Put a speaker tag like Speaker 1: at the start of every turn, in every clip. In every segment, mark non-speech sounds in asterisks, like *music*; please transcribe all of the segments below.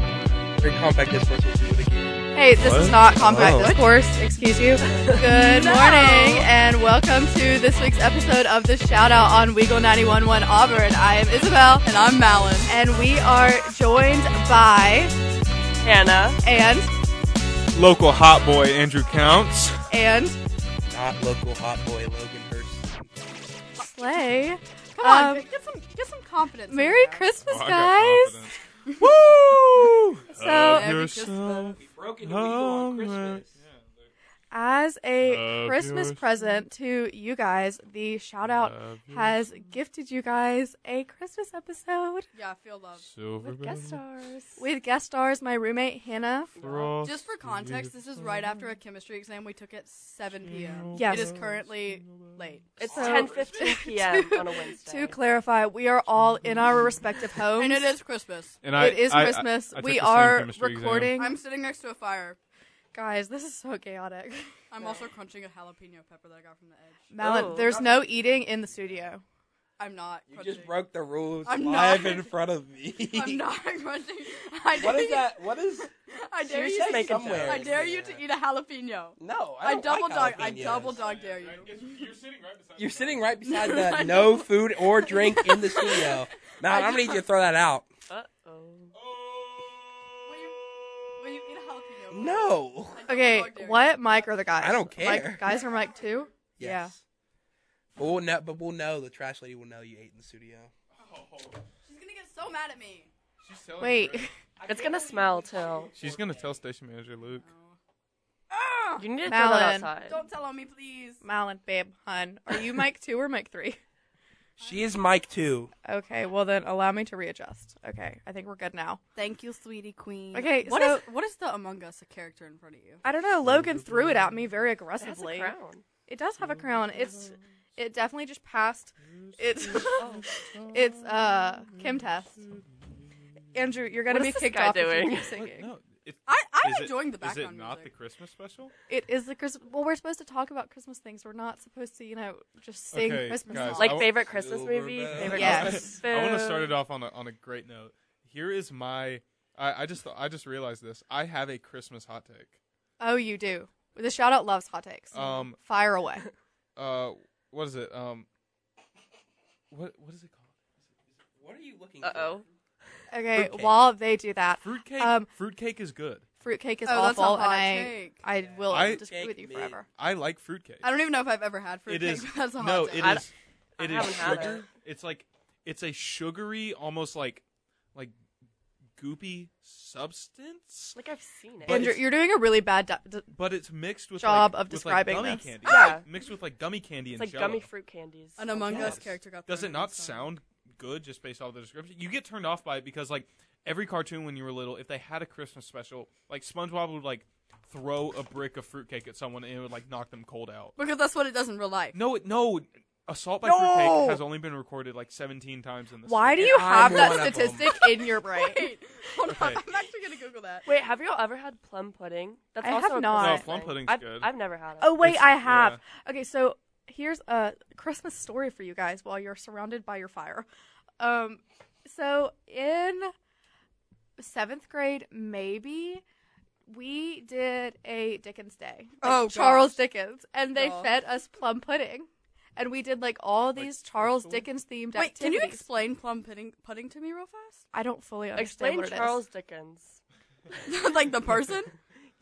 Speaker 1: every compact discourse will do it again.
Speaker 2: Hey, this
Speaker 3: What?
Speaker 2: is not compact
Speaker 3: Oh.
Speaker 2: discourse. Excuse you. Good morning and welcome to this week's episode of the shout out on Weagle 911 Auburn. I am Isabel
Speaker 4: And I'm Malin.
Speaker 2: and we are joined by
Speaker 4: Hannah.
Speaker 2: and
Speaker 3: Local hot boy Andrew Counts.
Speaker 2: and
Speaker 1: Not local hot boy Logan Hurst.
Speaker 2: Slay.
Speaker 4: Come on,
Speaker 2: Um,
Speaker 4: get some get some confidence. in
Speaker 2: Merry
Speaker 4: there.
Speaker 2: Christmas,
Speaker 3: Oh, I got
Speaker 2: guys.
Speaker 3: Woo!
Speaker 2: *laughs* So-
Speaker 3: Love
Speaker 4: Every
Speaker 3: yourself.
Speaker 1: We broke
Speaker 3: into Weagle on Christmas.
Speaker 2: As a
Speaker 3: Love
Speaker 2: Christmas
Speaker 3: yours.
Speaker 2: present to you guys, the shout out
Speaker 3: Love you,
Speaker 2: has gifted you guys a Christmas episode
Speaker 4: Yeah, feel love.
Speaker 3: Silver
Speaker 4: With guest
Speaker 3: Bells,
Speaker 4: stars.
Speaker 2: with guest stars my roommate Hannah.
Speaker 3: Frost
Speaker 4: Just for context, this is right after a chemistry exam we took at 7 p.m.
Speaker 2: Yes.
Speaker 4: It is currently late.
Speaker 5: It's
Speaker 2: So-
Speaker 5: 10:15 p.m. on a
Speaker 2: To
Speaker 5: Wednesday.
Speaker 2: clarify, we are all in our respective homes.
Speaker 4: Mm. *laughs* and it is Christmas.
Speaker 3: And I,
Speaker 2: it is
Speaker 3: I- I-
Speaker 2: Christmas.
Speaker 3: I took
Speaker 2: we
Speaker 3: the same
Speaker 2: are
Speaker 3: chemistry exam.
Speaker 2: recording.
Speaker 4: I'm sitting next to a fire.
Speaker 2: *laughs* Guys, this is so
Speaker 4: *laughs*
Speaker 2: chaotic.
Speaker 4: I'm also crunching a jalapeno pepper that I got from the edge.
Speaker 2: Malin,
Speaker 5: Oh.
Speaker 2: there's no eating in the studio.
Speaker 4: I'm not.
Speaker 1: You
Speaker 4: Crunching.
Speaker 1: just broke the rules
Speaker 4: I'm
Speaker 1: live
Speaker 4: not.
Speaker 1: in front of me.
Speaker 4: *laughs* I'm not crunching. I
Speaker 1: What is
Speaker 4: dare
Speaker 1: that? What
Speaker 4: *laughs*
Speaker 1: is?
Speaker 4: you- I
Speaker 1: She
Speaker 4: dare
Speaker 1: was
Speaker 4: you.
Speaker 1: just
Speaker 4: to eat-
Speaker 1: making somewhere.
Speaker 4: I dare you to eat a jalapeno.
Speaker 1: No, I,
Speaker 4: I
Speaker 1: don't
Speaker 4: double
Speaker 1: like
Speaker 4: dog. I
Speaker 1: jalapenos.
Speaker 4: double dog dare you.
Speaker 3: You're sitting right beside
Speaker 1: You're sitting right
Speaker 4: *laughs*
Speaker 1: beside the
Speaker 4: I
Speaker 1: no
Speaker 4: know.
Speaker 1: food or drink in the
Speaker 4: *laughs*
Speaker 1: studio. Matt, I'm gonna need you to throw that out.
Speaker 5: Uh oh.
Speaker 4: Will you, will you eat a jalapeno?
Speaker 1: No.
Speaker 4: Oh, I double
Speaker 2: Okay,
Speaker 4: dog dare you.
Speaker 2: what mic are the guys?
Speaker 1: I don't
Speaker 2: Mic-
Speaker 1: care.
Speaker 2: guys are mic
Speaker 3: *laughs*
Speaker 2: two? Yeah.
Speaker 1: Yes. But we'll know. But we'll know. The trash lady will know you ate in the studio.
Speaker 4: She's gonna get so mad at me.
Speaker 2: Wait.
Speaker 5: It's gonna smell too.
Speaker 3: She's gonna tell station manager Luke.
Speaker 4: Ah!
Speaker 5: You need to throw
Speaker 2: Malin.
Speaker 5: that outside.
Speaker 4: Don't tell on me, please.
Speaker 2: *laughs* Malin, babe, hun. Are you mic two or mic three?
Speaker 1: She is Mike too.
Speaker 2: Okay, well then allow me to readjust. Okay. I think we're good now.
Speaker 4: Thank you, sweetie queen.
Speaker 2: Okay,
Speaker 4: What
Speaker 2: so-
Speaker 4: is what is the Among Us character in front of you?
Speaker 2: I don't know, Logan threw it at me very
Speaker 5: It has a
Speaker 2: aggressively.
Speaker 5: crown.
Speaker 2: It does have a crown. It's it definitely just passed it's *laughs* it's uh Kim test. Andrew, you're gonna
Speaker 5: What
Speaker 2: be
Speaker 5: is this
Speaker 2: kicked
Speaker 5: guy
Speaker 2: off if you
Speaker 5: doing?
Speaker 4: *laughs*
Speaker 2: keep singing.
Speaker 3: No, it-
Speaker 4: I I'm
Speaker 3: is it-
Speaker 4: enjoying the
Speaker 3: Is
Speaker 4: background
Speaker 3: it not the
Speaker 4: music.
Speaker 3: Christmas special?
Speaker 2: It is the Christmas. Well, we're supposed to talk about Christmas things. We're not supposed to, you know, just sing
Speaker 3: Okay,
Speaker 2: Christmas
Speaker 3: guys,
Speaker 2: songs.
Speaker 5: Like
Speaker 3: I-
Speaker 5: favorite Christmas
Speaker 1: Silver
Speaker 5: movie.
Speaker 1: bells.
Speaker 5: Favorite
Speaker 2: Yes.
Speaker 5: Christmas
Speaker 3: *laughs* I want to start
Speaker 5: food.
Speaker 3: it off on a, on a great note. Here is my. I, I just thought- I just realized this. I have a Christmas hot take.
Speaker 2: oh, you do. The shout out loves hot takes.
Speaker 3: Um,
Speaker 2: Fire
Speaker 3: *laughs*
Speaker 2: away.
Speaker 3: uh, what is it? Um, what what is it called?
Speaker 1: What are you looking?
Speaker 5: Uh oh.
Speaker 2: Okay,
Speaker 1: Fruitcake.
Speaker 2: while they do that,
Speaker 3: Fruitcake.
Speaker 2: Um,
Speaker 3: fruitcake is good.
Speaker 2: fruitcake is
Speaker 4: Oh, that's a
Speaker 2: awful, and
Speaker 4: hot
Speaker 2: I
Speaker 4: take.
Speaker 2: I will
Speaker 3: I-
Speaker 2: disagree with you
Speaker 1: Fruitcake
Speaker 2: forever.
Speaker 3: I like fruitcake.
Speaker 4: I don't even know if I've ever had fruit
Speaker 3: It
Speaker 4: cake,
Speaker 3: is
Speaker 4: but that's a hot
Speaker 3: no.
Speaker 4: take.
Speaker 3: It
Speaker 5: I
Speaker 3: is.
Speaker 5: I
Speaker 3: It
Speaker 5: haven't
Speaker 3: is
Speaker 5: had
Speaker 3: sugar.
Speaker 5: it.
Speaker 3: It's like it's a sugary, almost like like goopy substance,
Speaker 5: Like I've seen it.
Speaker 3: But
Speaker 2: Andrew,
Speaker 3: it's-
Speaker 2: you're doing a really bad. Du- d-
Speaker 3: but it's mixed with
Speaker 2: Job
Speaker 3: like,
Speaker 2: of
Speaker 3: with, like,
Speaker 2: describing
Speaker 3: gummy
Speaker 2: this.
Speaker 3: candy.
Speaker 5: Yeah.
Speaker 3: mixed with like gummy candy
Speaker 5: It's
Speaker 3: and
Speaker 5: like
Speaker 3: Jell-O.
Speaker 5: gummy fruit candies.
Speaker 4: An Among Us
Speaker 1: Yes.
Speaker 4: character got.
Speaker 3: Does
Speaker 4: thrown
Speaker 3: it
Speaker 4: in
Speaker 3: not
Speaker 4: the sun.
Speaker 3: sound good just based off the description? You get turned off by it because like every cartoon when you were little, if they had a Christmas special, like SpongeBob would like throw a brick of fruitcake at someone and it would like knock them cold out.
Speaker 4: Because that's what it does in real life.
Speaker 3: No, it, no. Assault by
Speaker 1: No!
Speaker 3: fruitcake has only been recorded like 17 times in this.
Speaker 2: Why do
Speaker 3: state.
Speaker 2: you
Speaker 1: I'm
Speaker 2: have
Speaker 1: one
Speaker 2: that
Speaker 1: of 'em.
Speaker 2: statistic in your
Speaker 4: *laughs*
Speaker 2: brain?
Speaker 4: Wait, hold on.
Speaker 2: *laughs*
Speaker 3: *laughs* Okay.
Speaker 4: *laughs* I'm actually gonna Google that.
Speaker 5: Wait, have y'all ever had plum pudding? That's
Speaker 2: I
Speaker 5: also
Speaker 2: have
Speaker 5: a
Speaker 2: not.
Speaker 5: Christmas
Speaker 3: No, plum
Speaker 5: thing.
Speaker 3: pudding's
Speaker 5: I've,
Speaker 3: good.
Speaker 5: I've never had it.
Speaker 2: Oh wait,
Speaker 3: It's-
Speaker 2: I have.
Speaker 3: yeah.
Speaker 2: Okay, so here's a Christmas story for you guys while you're surrounded by your fire. Um, so in seventh grade, maybe we did a Dickens Day. Like
Speaker 4: Oh,
Speaker 2: Charles
Speaker 4: gosh.
Speaker 2: Dickens, and they
Speaker 4: Gosh.
Speaker 2: fed us plum pudding, and we did like all these Charles
Speaker 3: actual-
Speaker 2: Dickens themed
Speaker 4: Wait,
Speaker 2: activities.
Speaker 4: can you explain plum pudding pudding to me real fast? *laughs*
Speaker 2: I don't fully understand
Speaker 5: Explain
Speaker 2: what it is.
Speaker 5: Charles Dickens.
Speaker 4: like the person?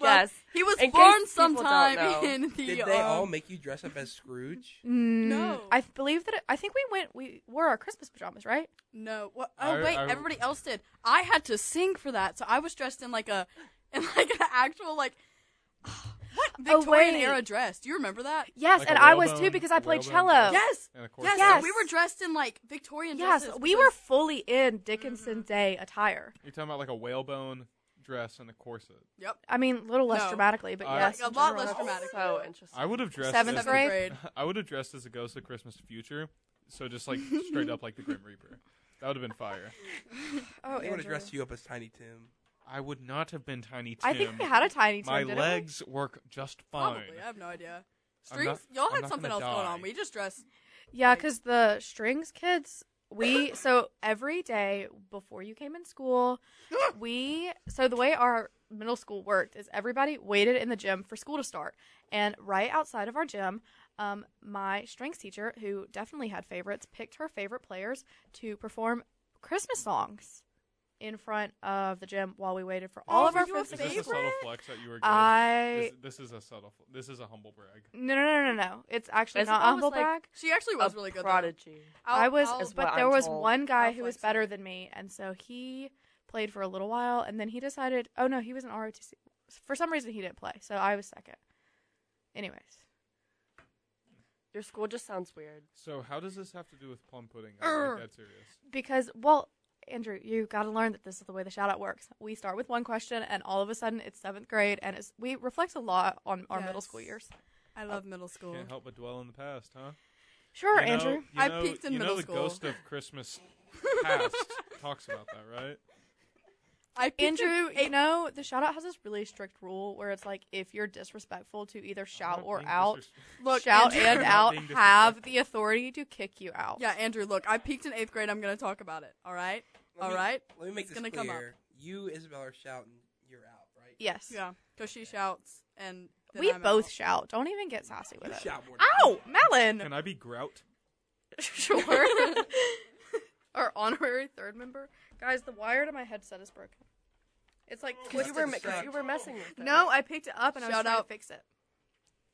Speaker 5: Yes.
Speaker 4: He was
Speaker 5: In case
Speaker 4: born
Speaker 5: people don't
Speaker 4: sometime
Speaker 5: know.
Speaker 4: in the.
Speaker 1: Did they
Speaker 4: um,
Speaker 1: all make you dress up as Scrooge?
Speaker 2: Mm,
Speaker 4: No.
Speaker 2: I believe that. It, I think we went. We wore our Christmas pajamas, right?
Speaker 4: No. What? Oh
Speaker 3: I-
Speaker 4: wait,
Speaker 3: I-
Speaker 4: everybody else did. I had to sing for that, so I was dressed in like a, *laughs* in like an actual like, *sighs* what Victorian
Speaker 2: wait.
Speaker 4: era dress? Do you remember that?
Speaker 2: Yes,
Speaker 3: Like a
Speaker 2: and I was
Speaker 3: whalebone-
Speaker 2: too because
Speaker 3: a
Speaker 2: I played
Speaker 3: whalebone
Speaker 2: cello.
Speaker 3: dress.
Speaker 4: Yes.
Speaker 3: And of course,
Speaker 4: Yes.
Speaker 2: Yes.
Speaker 4: We were dressed in like Victorian
Speaker 2: Yes,
Speaker 4: dresses.
Speaker 2: we were
Speaker 4: because-
Speaker 2: fully in
Speaker 4: Mm-hmm.
Speaker 2: Dickinson Day attire.
Speaker 3: You're talking about like a whalebone dress and a corset.
Speaker 4: Yep.
Speaker 2: I mean, a little less
Speaker 4: No.
Speaker 2: dramatically, but
Speaker 3: Uh,
Speaker 2: yes,
Speaker 4: Like, a
Speaker 2: in
Speaker 4: lot
Speaker 2: general,
Speaker 4: less
Speaker 2: that's-
Speaker 4: dramatic. dramatically.
Speaker 5: So interesting.
Speaker 3: I would have dressed
Speaker 2: Seventh
Speaker 3: as
Speaker 4: Seventh
Speaker 3: the-
Speaker 2: grade?
Speaker 4: grade.
Speaker 3: *laughs* I would have dressed as a ghost of Christmas future, so just like straight up like the Grim Reaper. That would have been fire.
Speaker 2: Oh,
Speaker 1: they would have
Speaker 2: Andrew.
Speaker 1: dressed you up as Tiny Tim.
Speaker 3: I would not have been Tiny Tim.
Speaker 2: I think we had a tiny Tim.
Speaker 3: My
Speaker 2: didn't we?
Speaker 3: legs work just fine.
Speaker 4: Probably. I have no idea.
Speaker 3: I'm not-
Speaker 4: Strings. y'all
Speaker 3: I'm
Speaker 4: had
Speaker 3: not
Speaker 4: something else
Speaker 3: gonna
Speaker 4: going
Speaker 3: die.
Speaker 4: on. We just dressed.
Speaker 2: Yeah, because the strings kids we so every day before you came in school, we so the way our middle school worked is everybody waited in the gym for school to start, and right outside of our gym. Um, my strengths teacher, who definitely had favorites, picked her favorite players to perform Christmas songs in front of the gym while we waited for all
Speaker 4: Oh,
Speaker 2: of our
Speaker 4: you were
Speaker 2: friends
Speaker 3: Is
Speaker 2: to
Speaker 4: Favorite?
Speaker 3: this a
Speaker 2: be.
Speaker 3: subtle flex that you were getting?
Speaker 2: I
Speaker 3: This, this is a subtle. fl- This is a humble brag.
Speaker 2: no no no no no. It's actually
Speaker 5: Isn't
Speaker 2: not
Speaker 5: that
Speaker 2: a humble
Speaker 5: was, like,
Speaker 2: brag.
Speaker 4: She actually was
Speaker 5: a
Speaker 4: really good. though.
Speaker 5: prodigy.
Speaker 4: I'll-
Speaker 2: I was,
Speaker 4: I'll-
Speaker 5: is
Speaker 2: but
Speaker 5: what
Speaker 2: there
Speaker 5: I'm
Speaker 2: was
Speaker 5: told.
Speaker 2: one guy who
Speaker 4: I'll
Speaker 2: was
Speaker 4: flex
Speaker 2: better
Speaker 4: it.
Speaker 2: than me, and so he played for a little while, and then he decided, oh no, he was an ROTC. For some reason, he didn't play, so I was second. Anyways,
Speaker 5: Your school just sounds weird.
Speaker 3: So how does this have to do with plum pudding? I'm
Speaker 4: Err.
Speaker 3: like, that's serious.
Speaker 2: because well, Andrew, you got to learn that this is the way the shout out works. We start with one question, and all of a sudden, it's seventh grade, and it's we reflect a lot on our middle school
Speaker 4: Yes.
Speaker 2: years.
Speaker 4: I love middle school.
Speaker 3: Can't help but dwell in the past, huh?
Speaker 2: Sure,
Speaker 3: You know-
Speaker 2: Andrew.
Speaker 3: you
Speaker 4: I
Speaker 3: know-
Speaker 4: peaked in
Speaker 3: you know
Speaker 4: middle
Speaker 3: the
Speaker 4: school.
Speaker 3: ghost of Christmas past talks about that, right?
Speaker 4: I peaked in
Speaker 2: Andrew, you
Speaker 4: eighth-
Speaker 2: know the shout out has this really strict rule where it's like if you're disrespectful to either shout
Speaker 3: I'm not
Speaker 2: or
Speaker 3: being
Speaker 2: out,
Speaker 3: disres-
Speaker 4: look,
Speaker 2: shout
Speaker 4: Andrew-
Speaker 2: and
Speaker 3: Not
Speaker 2: out
Speaker 3: being
Speaker 2: have the authority to kick you out.
Speaker 4: Yeah, Andrew, look, I peaked in eighth grade. I'm gonna talk about it. All right, all right.
Speaker 1: Let me make
Speaker 4: It's
Speaker 1: this
Speaker 4: gonna come up.
Speaker 1: clear. You, Isabel, are shouting. You're out, right?
Speaker 2: Yes.
Speaker 4: Yeah, because she shouts and then
Speaker 2: we
Speaker 4: I'm
Speaker 2: both
Speaker 4: out.
Speaker 2: shout. Don't even get sassy with
Speaker 1: You
Speaker 4: uh,
Speaker 2: it.
Speaker 1: shout more. than
Speaker 2: Ow, Melon.
Speaker 3: Can I be grout?
Speaker 2: *laughs* sure. Our honorary third member, guys. The wire to my headset is broken. It's like
Speaker 1: Well,
Speaker 5: You
Speaker 2: twisted.
Speaker 5: were,
Speaker 1: Just
Speaker 5: ma-
Speaker 1: distract.
Speaker 5: you were messing with it.
Speaker 2: no, I picked it up and I was
Speaker 4: Shout
Speaker 2: trying
Speaker 4: out.
Speaker 2: to fix it.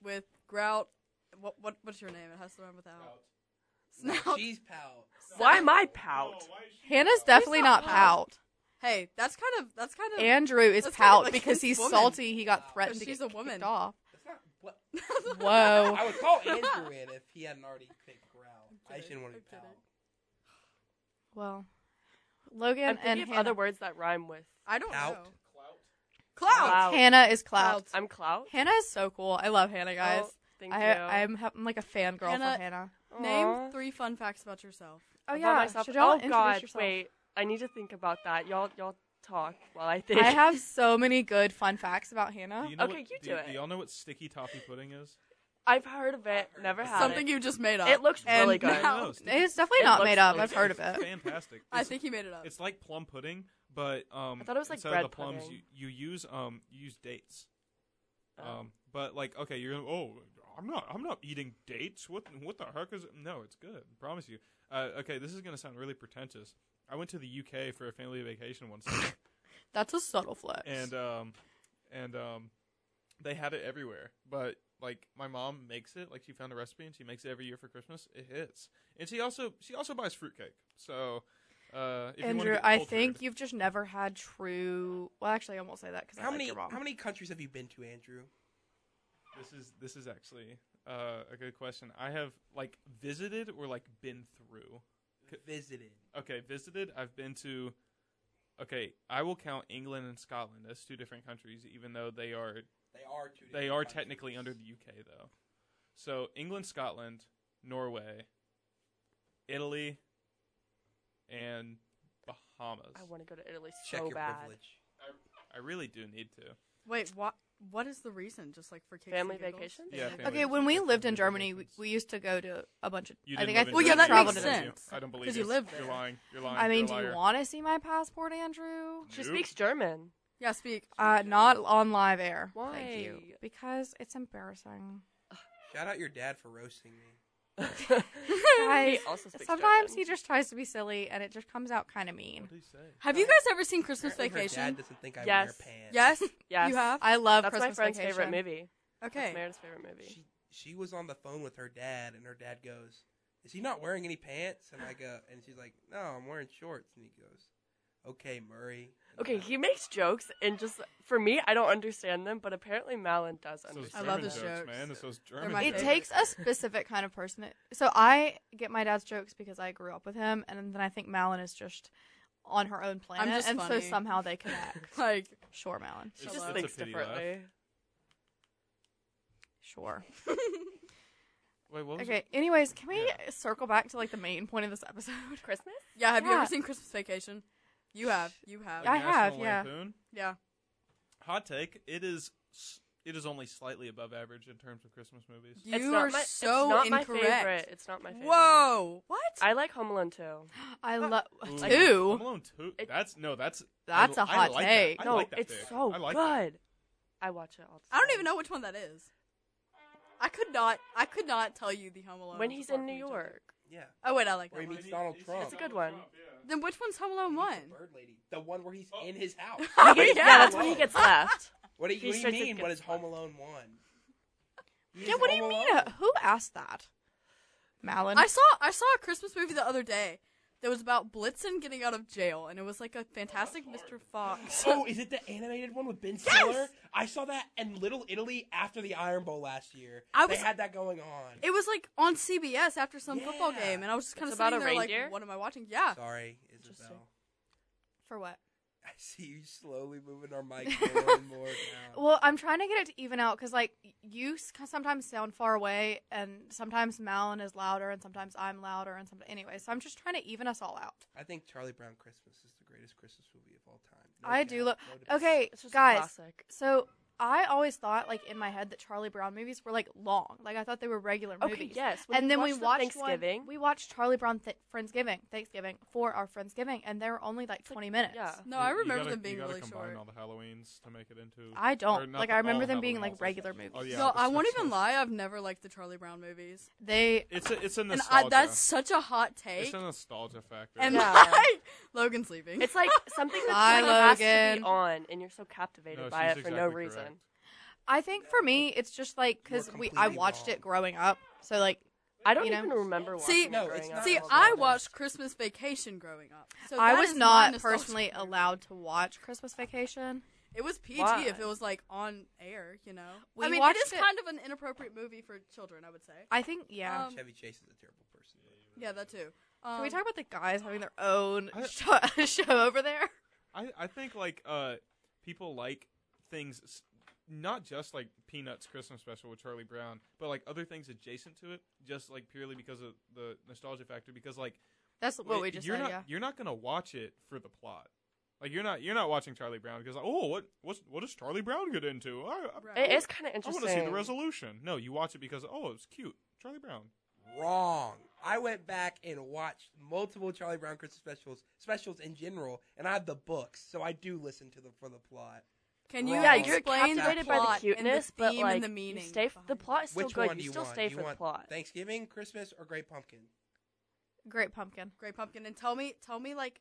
Speaker 4: with grout. What what what's your name? It has to rhyme with out.
Speaker 1: that.
Speaker 4: Snout.
Speaker 1: She's pal.
Speaker 5: Why am I pout?
Speaker 2: Hannah's definitely not
Speaker 4: not
Speaker 2: pout.
Speaker 4: Hey, that's kind of that's kind *laughs* of
Speaker 2: Andrew is
Speaker 4: That's kind of
Speaker 2: pout
Speaker 4: like
Speaker 2: because
Speaker 4: his
Speaker 2: he's
Speaker 4: woman.
Speaker 2: salty. He got threatened.
Speaker 4: Because
Speaker 2: to
Speaker 4: she's
Speaker 2: get
Speaker 4: a woman.
Speaker 2: kicked off.
Speaker 1: That's not what.
Speaker 2: *laughs* Whoa.
Speaker 1: I would call Andrew in if he hadn't already picked growl. I
Speaker 4: kidding.
Speaker 1: shouldn't want to be pal.
Speaker 4: I'm kidding.
Speaker 2: Well,
Speaker 5: I'm
Speaker 2: Logan and
Speaker 5: thinking of
Speaker 2: Hannah.
Speaker 5: other words that rhyme with.
Speaker 4: I don't
Speaker 1: Out.
Speaker 4: know. Clout.
Speaker 5: Wow.
Speaker 2: Hannah is clout.
Speaker 5: I'm clout.
Speaker 2: Hannah is so cool. I love Hannah, guys.
Speaker 5: Oh, thank you.
Speaker 2: I, I'm, ha- I'm like a fangirl
Speaker 4: Hannah-
Speaker 2: for Hannah.
Speaker 4: Name
Speaker 5: Aw.
Speaker 4: three fun facts about yourself.
Speaker 2: Oh
Speaker 5: About
Speaker 2: yeah,
Speaker 5: myself.
Speaker 2: should y'all
Speaker 5: oh
Speaker 2: introduce
Speaker 5: God,
Speaker 2: yourself?
Speaker 3: *laughs*
Speaker 5: wait. I need to think about that. Y'all, y'all talk while I think.
Speaker 2: I have so many good fun facts about Hannah.
Speaker 3: Do you know
Speaker 5: Okay,
Speaker 3: what,
Speaker 5: you
Speaker 3: do,
Speaker 5: do
Speaker 3: Do
Speaker 5: it.
Speaker 3: y'all know what sticky toffee pudding is?
Speaker 5: *laughs* I've heard of it. Never had
Speaker 4: Something
Speaker 5: it.
Speaker 4: you just made up.
Speaker 5: It looks
Speaker 4: And
Speaker 5: really good.
Speaker 4: now-
Speaker 3: No,
Speaker 4: It
Speaker 3: sticky-
Speaker 2: It's definitely
Speaker 5: It
Speaker 2: not
Speaker 5: looks
Speaker 2: made up.
Speaker 5: like
Speaker 2: I've heard of
Speaker 3: it's
Speaker 2: it.
Speaker 3: Fantastic.
Speaker 4: I
Speaker 3: It's-
Speaker 4: think he made it up.
Speaker 3: it's like plum pudding, but um,
Speaker 5: Uh, I thought it was like
Speaker 3: instead
Speaker 5: bread
Speaker 3: of the plums,
Speaker 5: pudding.
Speaker 3: you, you use um, you use dates.
Speaker 5: Oh.
Speaker 3: Um, but like, okay, you're gonna, oh, I'm not, I'm not eating dates. What, what the heck is? No, it's good. I promise you. Uh, okay, this is gonna sound really pretentious. I went to the UK for a family vacation
Speaker 5: *laughs*
Speaker 3: once, time,
Speaker 2: That's a subtle flex.
Speaker 3: and um, and um, they had it everywhere. But like, my mom makes it. Like, she found a recipe and she makes it every year for Christmas. It hits, and she also she also buys fruitcake. So, uh, if you wanna
Speaker 2: Andrew,
Speaker 3: get
Speaker 2: I
Speaker 3: cultured-
Speaker 2: think you've just never had true. Well, actually, I won't say that because I
Speaker 1: How
Speaker 2: like
Speaker 1: many
Speaker 2: your mom.
Speaker 1: how many countries have you been to, Andrew?
Speaker 3: This is this is actually uh, a good question. I have like visited or like been through.
Speaker 1: Visited.
Speaker 3: Okay, visited. I've been to. Okay, I will count England and Scotland as two different countries, even though they are
Speaker 1: They are two.
Speaker 3: they
Speaker 1: different
Speaker 3: are
Speaker 1: countries.
Speaker 3: technically under the UK though. So England, Scotland, Norway, Italy, and Bahamas.
Speaker 5: I
Speaker 3: I
Speaker 5: want to go to Italy so
Speaker 1: Check your
Speaker 5: bad.
Speaker 1: privilege.
Speaker 3: really do need to.
Speaker 4: Wait, what? What is the reason? Just like for kicks and
Speaker 5: Family
Speaker 4: giggles?
Speaker 5: vacation?
Speaker 3: Yeah, family
Speaker 2: Okay, when we
Speaker 3: vacation,
Speaker 2: lived in
Speaker 3: family
Speaker 2: Germany, we,
Speaker 3: vacations.
Speaker 2: we used to go to a bunch of.
Speaker 3: You
Speaker 2: I
Speaker 3: didn't
Speaker 2: think I
Speaker 3: live in
Speaker 4: Well, yeah, that
Speaker 3: Germany.
Speaker 2: traveled
Speaker 4: makes
Speaker 2: to-
Speaker 3: Don't you?
Speaker 4: sense.
Speaker 3: I don't believe
Speaker 4: 'Cause you
Speaker 3: this.
Speaker 4: live
Speaker 3: You're
Speaker 4: there.
Speaker 3: lying. You're lying.
Speaker 2: I mean, do
Speaker 3: You're a
Speaker 2: you
Speaker 3: liar.
Speaker 2: want to see my passport, Andrew?
Speaker 5: She
Speaker 3: Nope.
Speaker 2: *laughs*
Speaker 5: speaks German. *laughs*
Speaker 4: Yeah, speak.
Speaker 2: Uh, not
Speaker 4: *laughs*
Speaker 2: *laughs* on live air. Thank you.
Speaker 5: Why?
Speaker 2: Because it's embarrassing.
Speaker 1: Shout out your dad for roasting me.
Speaker 2: I,
Speaker 5: He also speaks
Speaker 2: sometimes
Speaker 5: German.
Speaker 2: he just tries to be silly, and it just comes out kind of mean.
Speaker 3: What do you say?
Speaker 4: Have you guys ever seen Christmas
Speaker 1: Apparently Her
Speaker 4: Vacation?
Speaker 1: dad doesn't think I
Speaker 5: Yes.
Speaker 1: wear pants.
Speaker 4: Yes.
Speaker 5: Yes.
Speaker 4: You have.
Speaker 2: I love
Speaker 5: That's my
Speaker 2: Christmas
Speaker 5: friend's
Speaker 2: Vacation.
Speaker 5: favorite movie. That's
Speaker 4: *laughs* Okay.
Speaker 5: Meredith's favorite movie.
Speaker 1: She she was on the phone with her dad, and her dad goes, "Is he not wearing any pants?" And I go, and she's like, "No, I'm wearing shorts." And he goes, "Okay, Murray." And uh,
Speaker 5: Okay,
Speaker 1: I'm
Speaker 5: he makes jokes, and just for me, I don't understand them, but apparently Malin does
Speaker 3: It's those
Speaker 5: understand.
Speaker 4: I love
Speaker 3: German
Speaker 4: his
Speaker 5: them.
Speaker 4: jokes.
Speaker 3: man. It's those
Speaker 4: my
Speaker 3: German
Speaker 2: It
Speaker 3: jokes.
Speaker 4: favorite.
Speaker 2: takes a specific kind of person. So I get my dad's jokes because I grew up with him, and then I think Malin is just on her own planet,
Speaker 4: just
Speaker 2: and
Speaker 4: funny.
Speaker 2: so somehow they connect. *laughs*
Speaker 4: *laughs* Like
Speaker 2: sure, Malin.
Speaker 5: She
Speaker 4: Shut
Speaker 5: just
Speaker 4: up.
Speaker 5: thinks
Speaker 3: That's a pity laugh.
Speaker 5: differently.
Speaker 2: Sure.
Speaker 3: Wait, what was
Speaker 2: Okay. Anyways, can we
Speaker 3: Yeah.
Speaker 2: circle back to like the main point of this episode? *laughs*
Speaker 5: Christmas?
Speaker 4: Yeah, have you
Speaker 2: Yeah.
Speaker 4: ever seen Christmas Vacation? You have. You
Speaker 3: it?
Speaker 4: have.
Speaker 2: I
Speaker 3: Like
Speaker 2: have,
Speaker 3: National
Speaker 2: yeah.
Speaker 3: Lampoon?
Speaker 4: Yeah.
Speaker 3: Hot take. It is s- it is only slightly above average in terms of Christmas movies.
Speaker 4: You
Speaker 5: it's not
Speaker 4: are
Speaker 5: my, it's
Speaker 4: so
Speaker 5: not
Speaker 4: incorrect.
Speaker 5: My favorite. It's not my favorite.
Speaker 4: Whoa! What?
Speaker 5: I like Home Alone too.
Speaker 2: I love
Speaker 3: Ooh,
Speaker 4: two?
Speaker 3: Home Alone two.
Speaker 5: It-
Speaker 3: that's no. That's
Speaker 4: That's
Speaker 3: a
Speaker 4: a hot take.
Speaker 3: I
Speaker 5: no,
Speaker 3: like that
Speaker 5: it's
Speaker 3: pick.
Speaker 5: so
Speaker 3: I like that.
Speaker 5: good. I watch it all. The
Speaker 4: I don't
Speaker 5: time.
Speaker 4: even know which one that is. I could not. I could not tell you the Home Alone.
Speaker 5: when
Speaker 4: ones
Speaker 5: he's
Speaker 4: apart
Speaker 5: in
Speaker 4: from
Speaker 5: New
Speaker 4: each other.
Speaker 5: York.
Speaker 1: Yeah.
Speaker 4: Oh wait, I like
Speaker 1: Where
Speaker 4: that
Speaker 1: he
Speaker 4: one.
Speaker 1: meets Donald Trump.
Speaker 3: Oh,
Speaker 5: It's a
Speaker 3: *laughs*
Speaker 5: good one. *laughs*
Speaker 4: Then which one's Home Alone
Speaker 1: He meets
Speaker 4: one?
Speaker 1: the Bird lady. The one where he's in *laughs* his house.
Speaker 4: Oh,
Speaker 5: yeah,
Speaker 4: yeah.
Speaker 5: that's when he gets left.
Speaker 1: What do you,
Speaker 5: He
Speaker 1: what do you
Speaker 5: starts to
Speaker 1: mean?
Speaker 5: get
Speaker 1: What is
Speaker 5: fucked.
Speaker 1: Home Alone one? He
Speaker 2: Yeah,
Speaker 1: is
Speaker 2: what do you
Speaker 1: Home
Speaker 2: mean?
Speaker 5: *laughs*
Speaker 1: Alone.
Speaker 2: Uh, Who asked that? Malin.
Speaker 4: I saw I saw a Christmas movie the other day that was about Blitzen getting out of jail, and it was like a Fantastic Mr. Fox.
Speaker 1: Oh, is it the animated one with Ben Stiller? I saw that in Little Italy after the Iron Bowl last year.
Speaker 4: I
Speaker 1: they
Speaker 4: was-
Speaker 1: had that going on.
Speaker 4: It was like on CBS after some football
Speaker 1: Yeah.
Speaker 4: game, and I was just kind of
Speaker 5: It's about a
Speaker 4: sitting there
Speaker 5: reindeer?
Speaker 4: like, "What am I watching?" Yeah.
Speaker 1: Sorry,
Speaker 5: Interesting.
Speaker 1: Isabel.
Speaker 2: for what?
Speaker 1: *laughs* I see you slowly moving our mic more and
Speaker 5: *laughs*
Speaker 1: more now.
Speaker 2: Well, I'm trying to get it to even out because, like, you s- sometimes sound far away, and sometimes Malin is louder, and sometimes I'm louder, and sometimes. Anyway, so I'm just trying to even us all out.
Speaker 1: I think Charlie Brown Christmas is the greatest Christmas movie of all time.
Speaker 2: I do
Speaker 1: doubt,
Speaker 2: love.
Speaker 1: no debate.
Speaker 2: Okay,
Speaker 5: It's just
Speaker 2: guys.
Speaker 5: classic.
Speaker 2: So I always thought, like in my head, that Charlie Brown movies were like long. Like I thought they were regular movies.
Speaker 5: Okay, yes. when
Speaker 2: and then we
Speaker 5: watched the
Speaker 2: watched
Speaker 5: Thanksgiving.
Speaker 2: One, we watched Charlie Brown th- Friendsgiving, Thanksgiving for our Friendsgiving, and they were only like 20 minutes.
Speaker 5: yeah.
Speaker 4: No, I
Speaker 3: You- you
Speaker 4: remember
Speaker 3: gotta-
Speaker 4: them
Speaker 3: you
Speaker 4: being
Speaker 3: gotta
Speaker 4: really
Speaker 3: combine
Speaker 4: short.
Speaker 3: all the Halloweens to make it into.
Speaker 2: I
Speaker 3: Or
Speaker 2: don't
Speaker 3: not
Speaker 2: like.
Speaker 3: the-
Speaker 2: I remember
Speaker 3: all
Speaker 2: them being
Speaker 3: Halloween
Speaker 2: like
Speaker 3: also.
Speaker 2: regular movies.
Speaker 3: Oh, yeah,
Speaker 4: no,
Speaker 3: the
Speaker 4: I won't
Speaker 3: Smiths
Speaker 4: even
Speaker 3: ones.
Speaker 4: lie. I've never liked the Charlie Brown movies,
Speaker 2: They
Speaker 3: It's a it's a
Speaker 4: and
Speaker 3: nostalgia.
Speaker 4: I, that's such a hot
Speaker 3: it's
Speaker 4: take.
Speaker 3: a nostalgia factor.
Speaker 4: And *laughs*
Speaker 5: Yeah.
Speaker 4: like, Logan's leaving.
Speaker 5: It's like something that's
Speaker 2: Bye,
Speaker 5: like has to
Speaker 2: Logan.
Speaker 5: be on, and you're so
Speaker 3: No,
Speaker 5: captivated
Speaker 3: she's
Speaker 5: by it for no
Speaker 3: exactly
Speaker 5: reason.
Speaker 3: correct.
Speaker 2: I think for me, it's just like
Speaker 1: You are
Speaker 2: because we I
Speaker 1: completely
Speaker 2: watched
Speaker 1: wrong.
Speaker 2: it growing up, so like
Speaker 5: I don't
Speaker 2: You know?
Speaker 5: even remember watching
Speaker 4: See-
Speaker 5: it
Speaker 1: No,
Speaker 5: growing
Speaker 1: it's
Speaker 5: up.
Speaker 1: not
Speaker 4: See,
Speaker 1: all
Speaker 4: I
Speaker 1: about
Speaker 4: watched Christmas Vacation growing up. So
Speaker 2: I
Speaker 4: that
Speaker 2: was
Speaker 4: is my
Speaker 2: not
Speaker 4: nostalgia
Speaker 2: personally
Speaker 4: movie.
Speaker 2: allowed to watch Christmas Vacation.
Speaker 4: It was PG
Speaker 5: Why?
Speaker 4: if it was like on air, you know.
Speaker 2: We
Speaker 4: I mean, it
Speaker 2: watched
Speaker 4: is
Speaker 2: it-
Speaker 4: kind of an inappropriate movie for children, I would say.
Speaker 2: I think yeah.
Speaker 4: Um,
Speaker 1: Chevy Chase is a terrible person. but-
Speaker 4: Yeah, that too. Um,
Speaker 2: Can we talk about the guys having their own *laughs*
Speaker 3: I-
Speaker 2: show, show over there?
Speaker 3: I, I think like uh people like things s- not just like Peanuts Christmas special with Charlie Brown, but like other things adjacent to it, just like purely because of the nostalgia factor. Because like
Speaker 2: That's what we
Speaker 3: it-
Speaker 2: just
Speaker 3: you're
Speaker 2: said.
Speaker 3: not
Speaker 2: yeah.
Speaker 3: you're not gonna watch it for the plot. Like you're not you're not watching Charlie Brown because like oh what what's, what does Charlie Brown get into? I, I,
Speaker 4: Right.
Speaker 5: It is kind of
Speaker 3: I
Speaker 5: interesting.
Speaker 3: want to see the resolution. No, you watch it because oh it's cute Charlie Brown.
Speaker 1: Wrong. I went back and watched multiple Charlie Brown Christmas specials, specials in general, and I have the books, so I do listen to them for the plot.
Speaker 4: Can you
Speaker 1: Yeah, you're
Speaker 4: explain the
Speaker 1: captivated by the
Speaker 4: plot
Speaker 5: cuteness,
Speaker 4: and the
Speaker 5: but
Speaker 4: theme
Speaker 5: like
Speaker 4: and the
Speaker 5: you
Speaker 4: meaning?
Speaker 5: stay f- the
Speaker 4: behind
Speaker 5: plot is still
Speaker 1: Which
Speaker 5: good.
Speaker 1: one do
Speaker 5: you,
Speaker 1: you
Speaker 5: still
Speaker 1: want?
Speaker 5: stay
Speaker 1: Do you
Speaker 5: for the
Speaker 1: want
Speaker 5: plot.
Speaker 1: Thanksgiving, Christmas, or Great Pumpkin?
Speaker 2: Great pumpkin.
Speaker 4: it? Great Pumpkin, and tell me, tell me like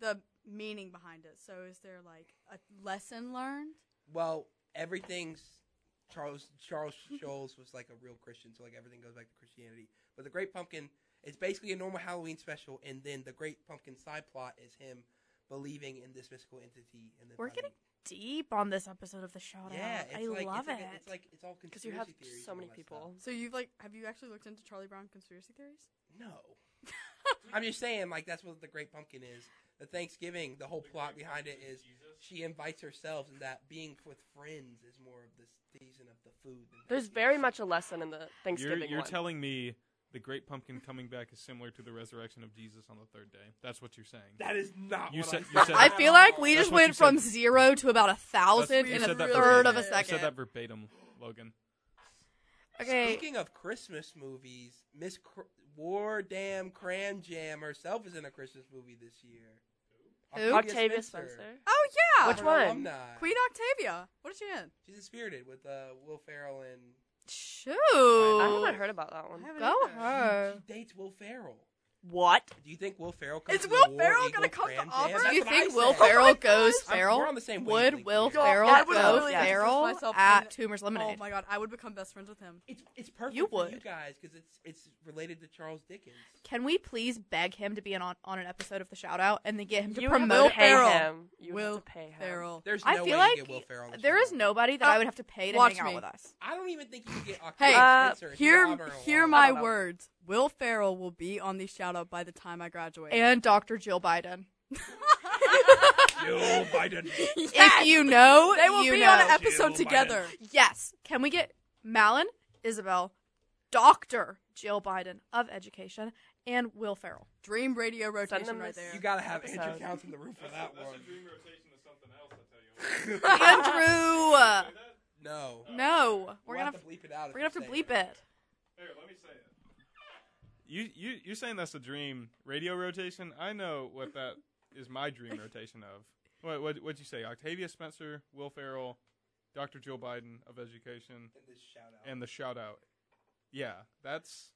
Speaker 4: the meaning behind it. So, is there like a lesson learned?
Speaker 1: Well, everything's Charles Charles Scholes was like a real Christian, so like everything goes back to Christianity. But the Great Pumpkin is basically a normal Halloween special, and then the Great Pumpkin side plot is him believing in this mystical entity. And then
Speaker 2: We're
Speaker 1: finding-
Speaker 2: deep on this episode of the show.
Speaker 1: yeah,
Speaker 2: I
Speaker 1: it's like,
Speaker 2: love
Speaker 1: it's like-
Speaker 2: it.
Speaker 1: it's like it's all
Speaker 5: Because
Speaker 1: conspiracy
Speaker 5: you have
Speaker 1: theories
Speaker 5: so
Speaker 1: and
Speaker 5: many
Speaker 1: all that stuff.
Speaker 5: people.
Speaker 4: So you've like, have you actually looked into Charlie Brown conspiracy theories?
Speaker 1: No.
Speaker 5: *laughs*
Speaker 1: I'm just saying, like, that's what the Great Pumpkin is. The Thanksgiving, the whole plot behind it is she invites herself, and that being with friends is more of the season of the food. than
Speaker 5: There's
Speaker 1: Thanksgiving.
Speaker 5: very much a lesson in the
Speaker 3: You're
Speaker 5: Thanksgiving
Speaker 3: you're
Speaker 5: one.
Speaker 3: telling me. The Great Pumpkin coming back is similar to the resurrection of Jesus on the third day. That's what you're saying.
Speaker 1: That is not
Speaker 3: You
Speaker 1: what
Speaker 3: said-
Speaker 1: I'm
Speaker 3: you
Speaker 1: saying
Speaker 3: said-
Speaker 2: I
Speaker 1: at
Speaker 2: feel like
Speaker 1: all.
Speaker 2: we
Speaker 3: That's
Speaker 2: just
Speaker 3: what you
Speaker 2: went from
Speaker 3: said.
Speaker 2: zero to about a thousand
Speaker 3: That's-
Speaker 2: in
Speaker 3: you
Speaker 2: a
Speaker 3: said that
Speaker 2: third of a
Speaker 4: verbatim. You said
Speaker 3: You said that
Speaker 2: second.
Speaker 3: verbatim, Logan. *laughs*
Speaker 2: Okay,
Speaker 1: Speaking of Christmas movies, Miss Cr- War Damn Cram Jam herself is in a Christmas movie this year.
Speaker 2: Who?
Speaker 5: Octavia Spencer.
Speaker 4: Oh yeah,
Speaker 5: Which
Speaker 1: Her
Speaker 5: one?
Speaker 1: alumni.
Speaker 4: Queen Octavia. What is she in?
Speaker 1: She's in Spirited with uh, Will Ferrell and
Speaker 2: shoot.
Speaker 5: I
Speaker 1: I
Speaker 5: haven't heard about that one.
Speaker 4: I haven't
Speaker 2: Go
Speaker 4: either.
Speaker 2: her.
Speaker 1: she dates Will Ferrell.
Speaker 5: What?
Speaker 1: Do you think Will Ferrell comes
Speaker 4: Is
Speaker 1: to
Speaker 4: Will
Speaker 1: the
Speaker 4: Ferrell
Speaker 1: War
Speaker 4: gonna
Speaker 1: Eagle
Speaker 4: come to
Speaker 1: Cram Jam?
Speaker 4: opera?
Speaker 1: That's
Speaker 2: Do you
Speaker 1: what I
Speaker 2: think Will
Speaker 1: said.
Speaker 2: Ferrell
Speaker 4: my
Speaker 2: goes
Speaker 4: gosh.
Speaker 1: I'm- We're
Speaker 2: feral?
Speaker 1: on the same
Speaker 2: Would
Speaker 1: wavelength
Speaker 2: Will
Speaker 1: here.
Speaker 5: Yeah,
Speaker 2: Ferrell
Speaker 5: I would
Speaker 2: go
Speaker 5: totally introduce
Speaker 2: feral
Speaker 4: myself
Speaker 2: at
Speaker 4: in-
Speaker 2: Tumors
Speaker 4: Oh
Speaker 2: Lemonade?
Speaker 4: my god, I would become best friends with him.
Speaker 1: It's it's perfect
Speaker 2: You
Speaker 1: for you
Speaker 2: would.
Speaker 1: guys because it's it's related to Charles Dickens.
Speaker 2: Can we please beg him to be on on an episode of the shout out and then get him to
Speaker 5: You
Speaker 2: promote
Speaker 5: have to pay
Speaker 4: Ferrell.
Speaker 5: him. You
Speaker 4: Will
Speaker 5: have to pay him.
Speaker 4: Ferrell.
Speaker 1: There's no
Speaker 2: I
Speaker 1: way
Speaker 2: feel
Speaker 1: you
Speaker 2: like
Speaker 1: get Will Ferrell. On the
Speaker 2: there
Speaker 1: show.
Speaker 2: is nobody that
Speaker 4: Uh,
Speaker 2: I would have to pay to
Speaker 4: watch
Speaker 2: hang out
Speaker 4: me.
Speaker 2: with us.
Speaker 1: I don't even think you can get Octavia
Speaker 4: Hey,
Speaker 5: Uh,
Speaker 1: Spencer. and
Speaker 4: Hear,
Speaker 1: Robert
Speaker 4: hear
Speaker 1: along.
Speaker 5: I
Speaker 4: my
Speaker 5: don't know.
Speaker 4: words. Will Farrell will be on the shout out by the time I graduate.
Speaker 2: And Dr. Jill Biden.
Speaker 1: Jill Biden.
Speaker 2: If you know,
Speaker 4: *laughs* they will
Speaker 2: you
Speaker 4: be
Speaker 2: know.
Speaker 4: on an episode
Speaker 1: Jill Biden.
Speaker 4: together.
Speaker 2: yes. Can we get Malin, Isabel, Dr. Jill Biden of Education, and Will
Speaker 4: *laughs*
Speaker 2: Ferrell?
Speaker 4: Dream radio rotation
Speaker 5: them
Speaker 4: right
Speaker 5: this-
Speaker 4: there.
Speaker 1: You gotta have Andrew
Speaker 5: Episode.
Speaker 1: Counts in the room for that one.
Speaker 3: rotation of something else. I tell you.
Speaker 2: Andrew!
Speaker 1: No.
Speaker 2: No, we're
Speaker 1: We'll
Speaker 2: gonna
Speaker 1: have
Speaker 2: have,
Speaker 1: to bleep it out. if
Speaker 2: we're gonna
Speaker 1: you
Speaker 2: have to
Speaker 1: say
Speaker 2: bleep it.
Speaker 3: Here, let me say it. You you you're saying that's a dream radio rotation? I know what that is. My dream rotation of what what what'd you say? Octavia Spencer, Will Farrell, Dr. Jill Biden of Education,
Speaker 1: And this shout out.
Speaker 3: and the shout out. Yeah, that's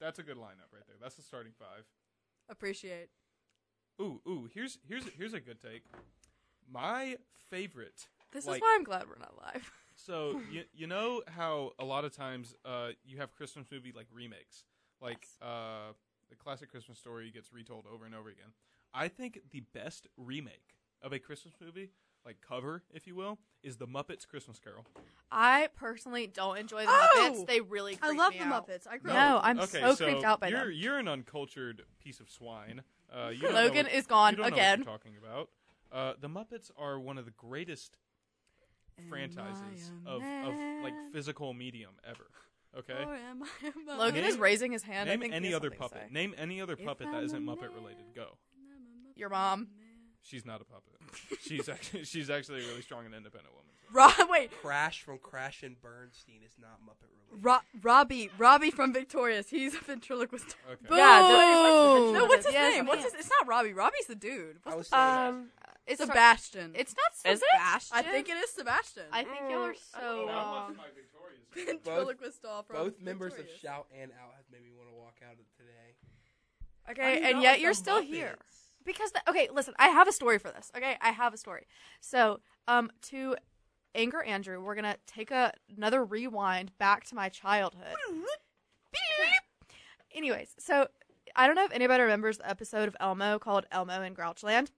Speaker 3: that's a good lineup right there. That's the starting five.
Speaker 4: Appreciate.
Speaker 3: Ooh ooh. Here's here's here's a good take. My favorite
Speaker 4: This
Speaker 3: Like-
Speaker 4: is why I'm glad we're not live.
Speaker 3: So you you know how a lot of times uh you have Christmas movie like remakes, like uh the classic Christmas story gets retold over and over again. I think the best remake of a Christmas movie, like cover if you will, is the Muppets Christmas Carol.
Speaker 2: I personally don't enjoy the
Speaker 4: Oh!
Speaker 2: Muppets. They really creep
Speaker 4: I love
Speaker 2: me
Speaker 4: the
Speaker 2: out.
Speaker 4: Muppets. I grew
Speaker 2: No,
Speaker 4: up.
Speaker 2: I'm
Speaker 3: okay,
Speaker 2: so
Speaker 3: so
Speaker 2: creeped out by
Speaker 3: you're,
Speaker 2: them.
Speaker 3: You're an uncultured piece of swine. Uh, you don't know
Speaker 2: Logan
Speaker 3: what-
Speaker 2: is gone
Speaker 3: you don't know what you're
Speaker 2: again.
Speaker 3: talking about uh, the Muppets are one of the greatest franchises
Speaker 4: Am I a
Speaker 3: of, of like
Speaker 4: man?
Speaker 3: physical medium ever. Okay.
Speaker 4: Or am I a Muppet?
Speaker 2: Logan is
Speaker 3: Name-
Speaker 2: raising his hand. I
Speaker 3: Name
Speaker 2: think he
Speaker 3: any
Speaker 2: has
Speaker 3: other
Speaker 2: something to
Speaker 3: puppet.
Speaker 2: say.
Speaker 3: Name any other
Speaker 4: If
Speaker 3: puppet
Speaker 4: I'm
Speaker 3: that
Speaker 4: a
Speaker 3: isn't
Speaker 4: man.
Speaker 3: Muppet related. Go.
Speaker 2: Your mom.
Speaker 3: She's not
Speaker 1: *laughs*
Speaker 3: a puppet. she's actually she's actually a really strong and independent woman.
Speaker 4: Rob, *laughs* wait,
Speaker 1: Crash from Crash and Bernstein is not Muppet related.
Speaker 4: Ro- Robbie, Robbie from Victorious. He's a
Speaker 3: *laughs*
Speaker 4: ventriloquist.
Speaker 3: Okay.
Speaker 2: Boo!
Speaker 5: Yeah, that's-
Speaker 4: No, what's his
Speaker 2: Yes,
Speaker 4: name? What's his? It's not Robbie. Robbie's the dude.
Speaker 1: I
Speaker 4: What's
Speaker 1: was saying that.
Speaker 5: Um,
Speaker 2: It's
Speaker 4: the,
Speaker 2: Seb-
Speaker 4: Sebastian.
Speaker 2: It's not
Speaker 5: Is it?
Speaker 2: Sebastian.
Speaker 4: I think it is Sebastian.
Speaker 2: I think y'all are
Speaker 5: Mm,
Speaker 2: so wrong.
Speaker 4: ventriloquist doll from
Speaker 1: Both members of
Speaker 4: Victorious.
Speaker 1: Shout and Out have made me want to walk out of today.
Speaker 4: I
Speaker 2: Okay,
Speaker 4: mean,
Speaker 2: and
Speaker 4: that
Speaker 2: yet
Speaker 4: was
Speaker 2: you're
Speaker 4: the
Speaker 2: still
Speaker 4: Muppets.
Speaker 2: here. Because the, okay, listen, I have a story for this. Okay, I have a story. So, um, to anger Andrew, we're gonna take a, another rewind back to my *laughs* childhood. Anyways, so I don't know if anybody remembers the episode of Elmo called Elmo in Grouchland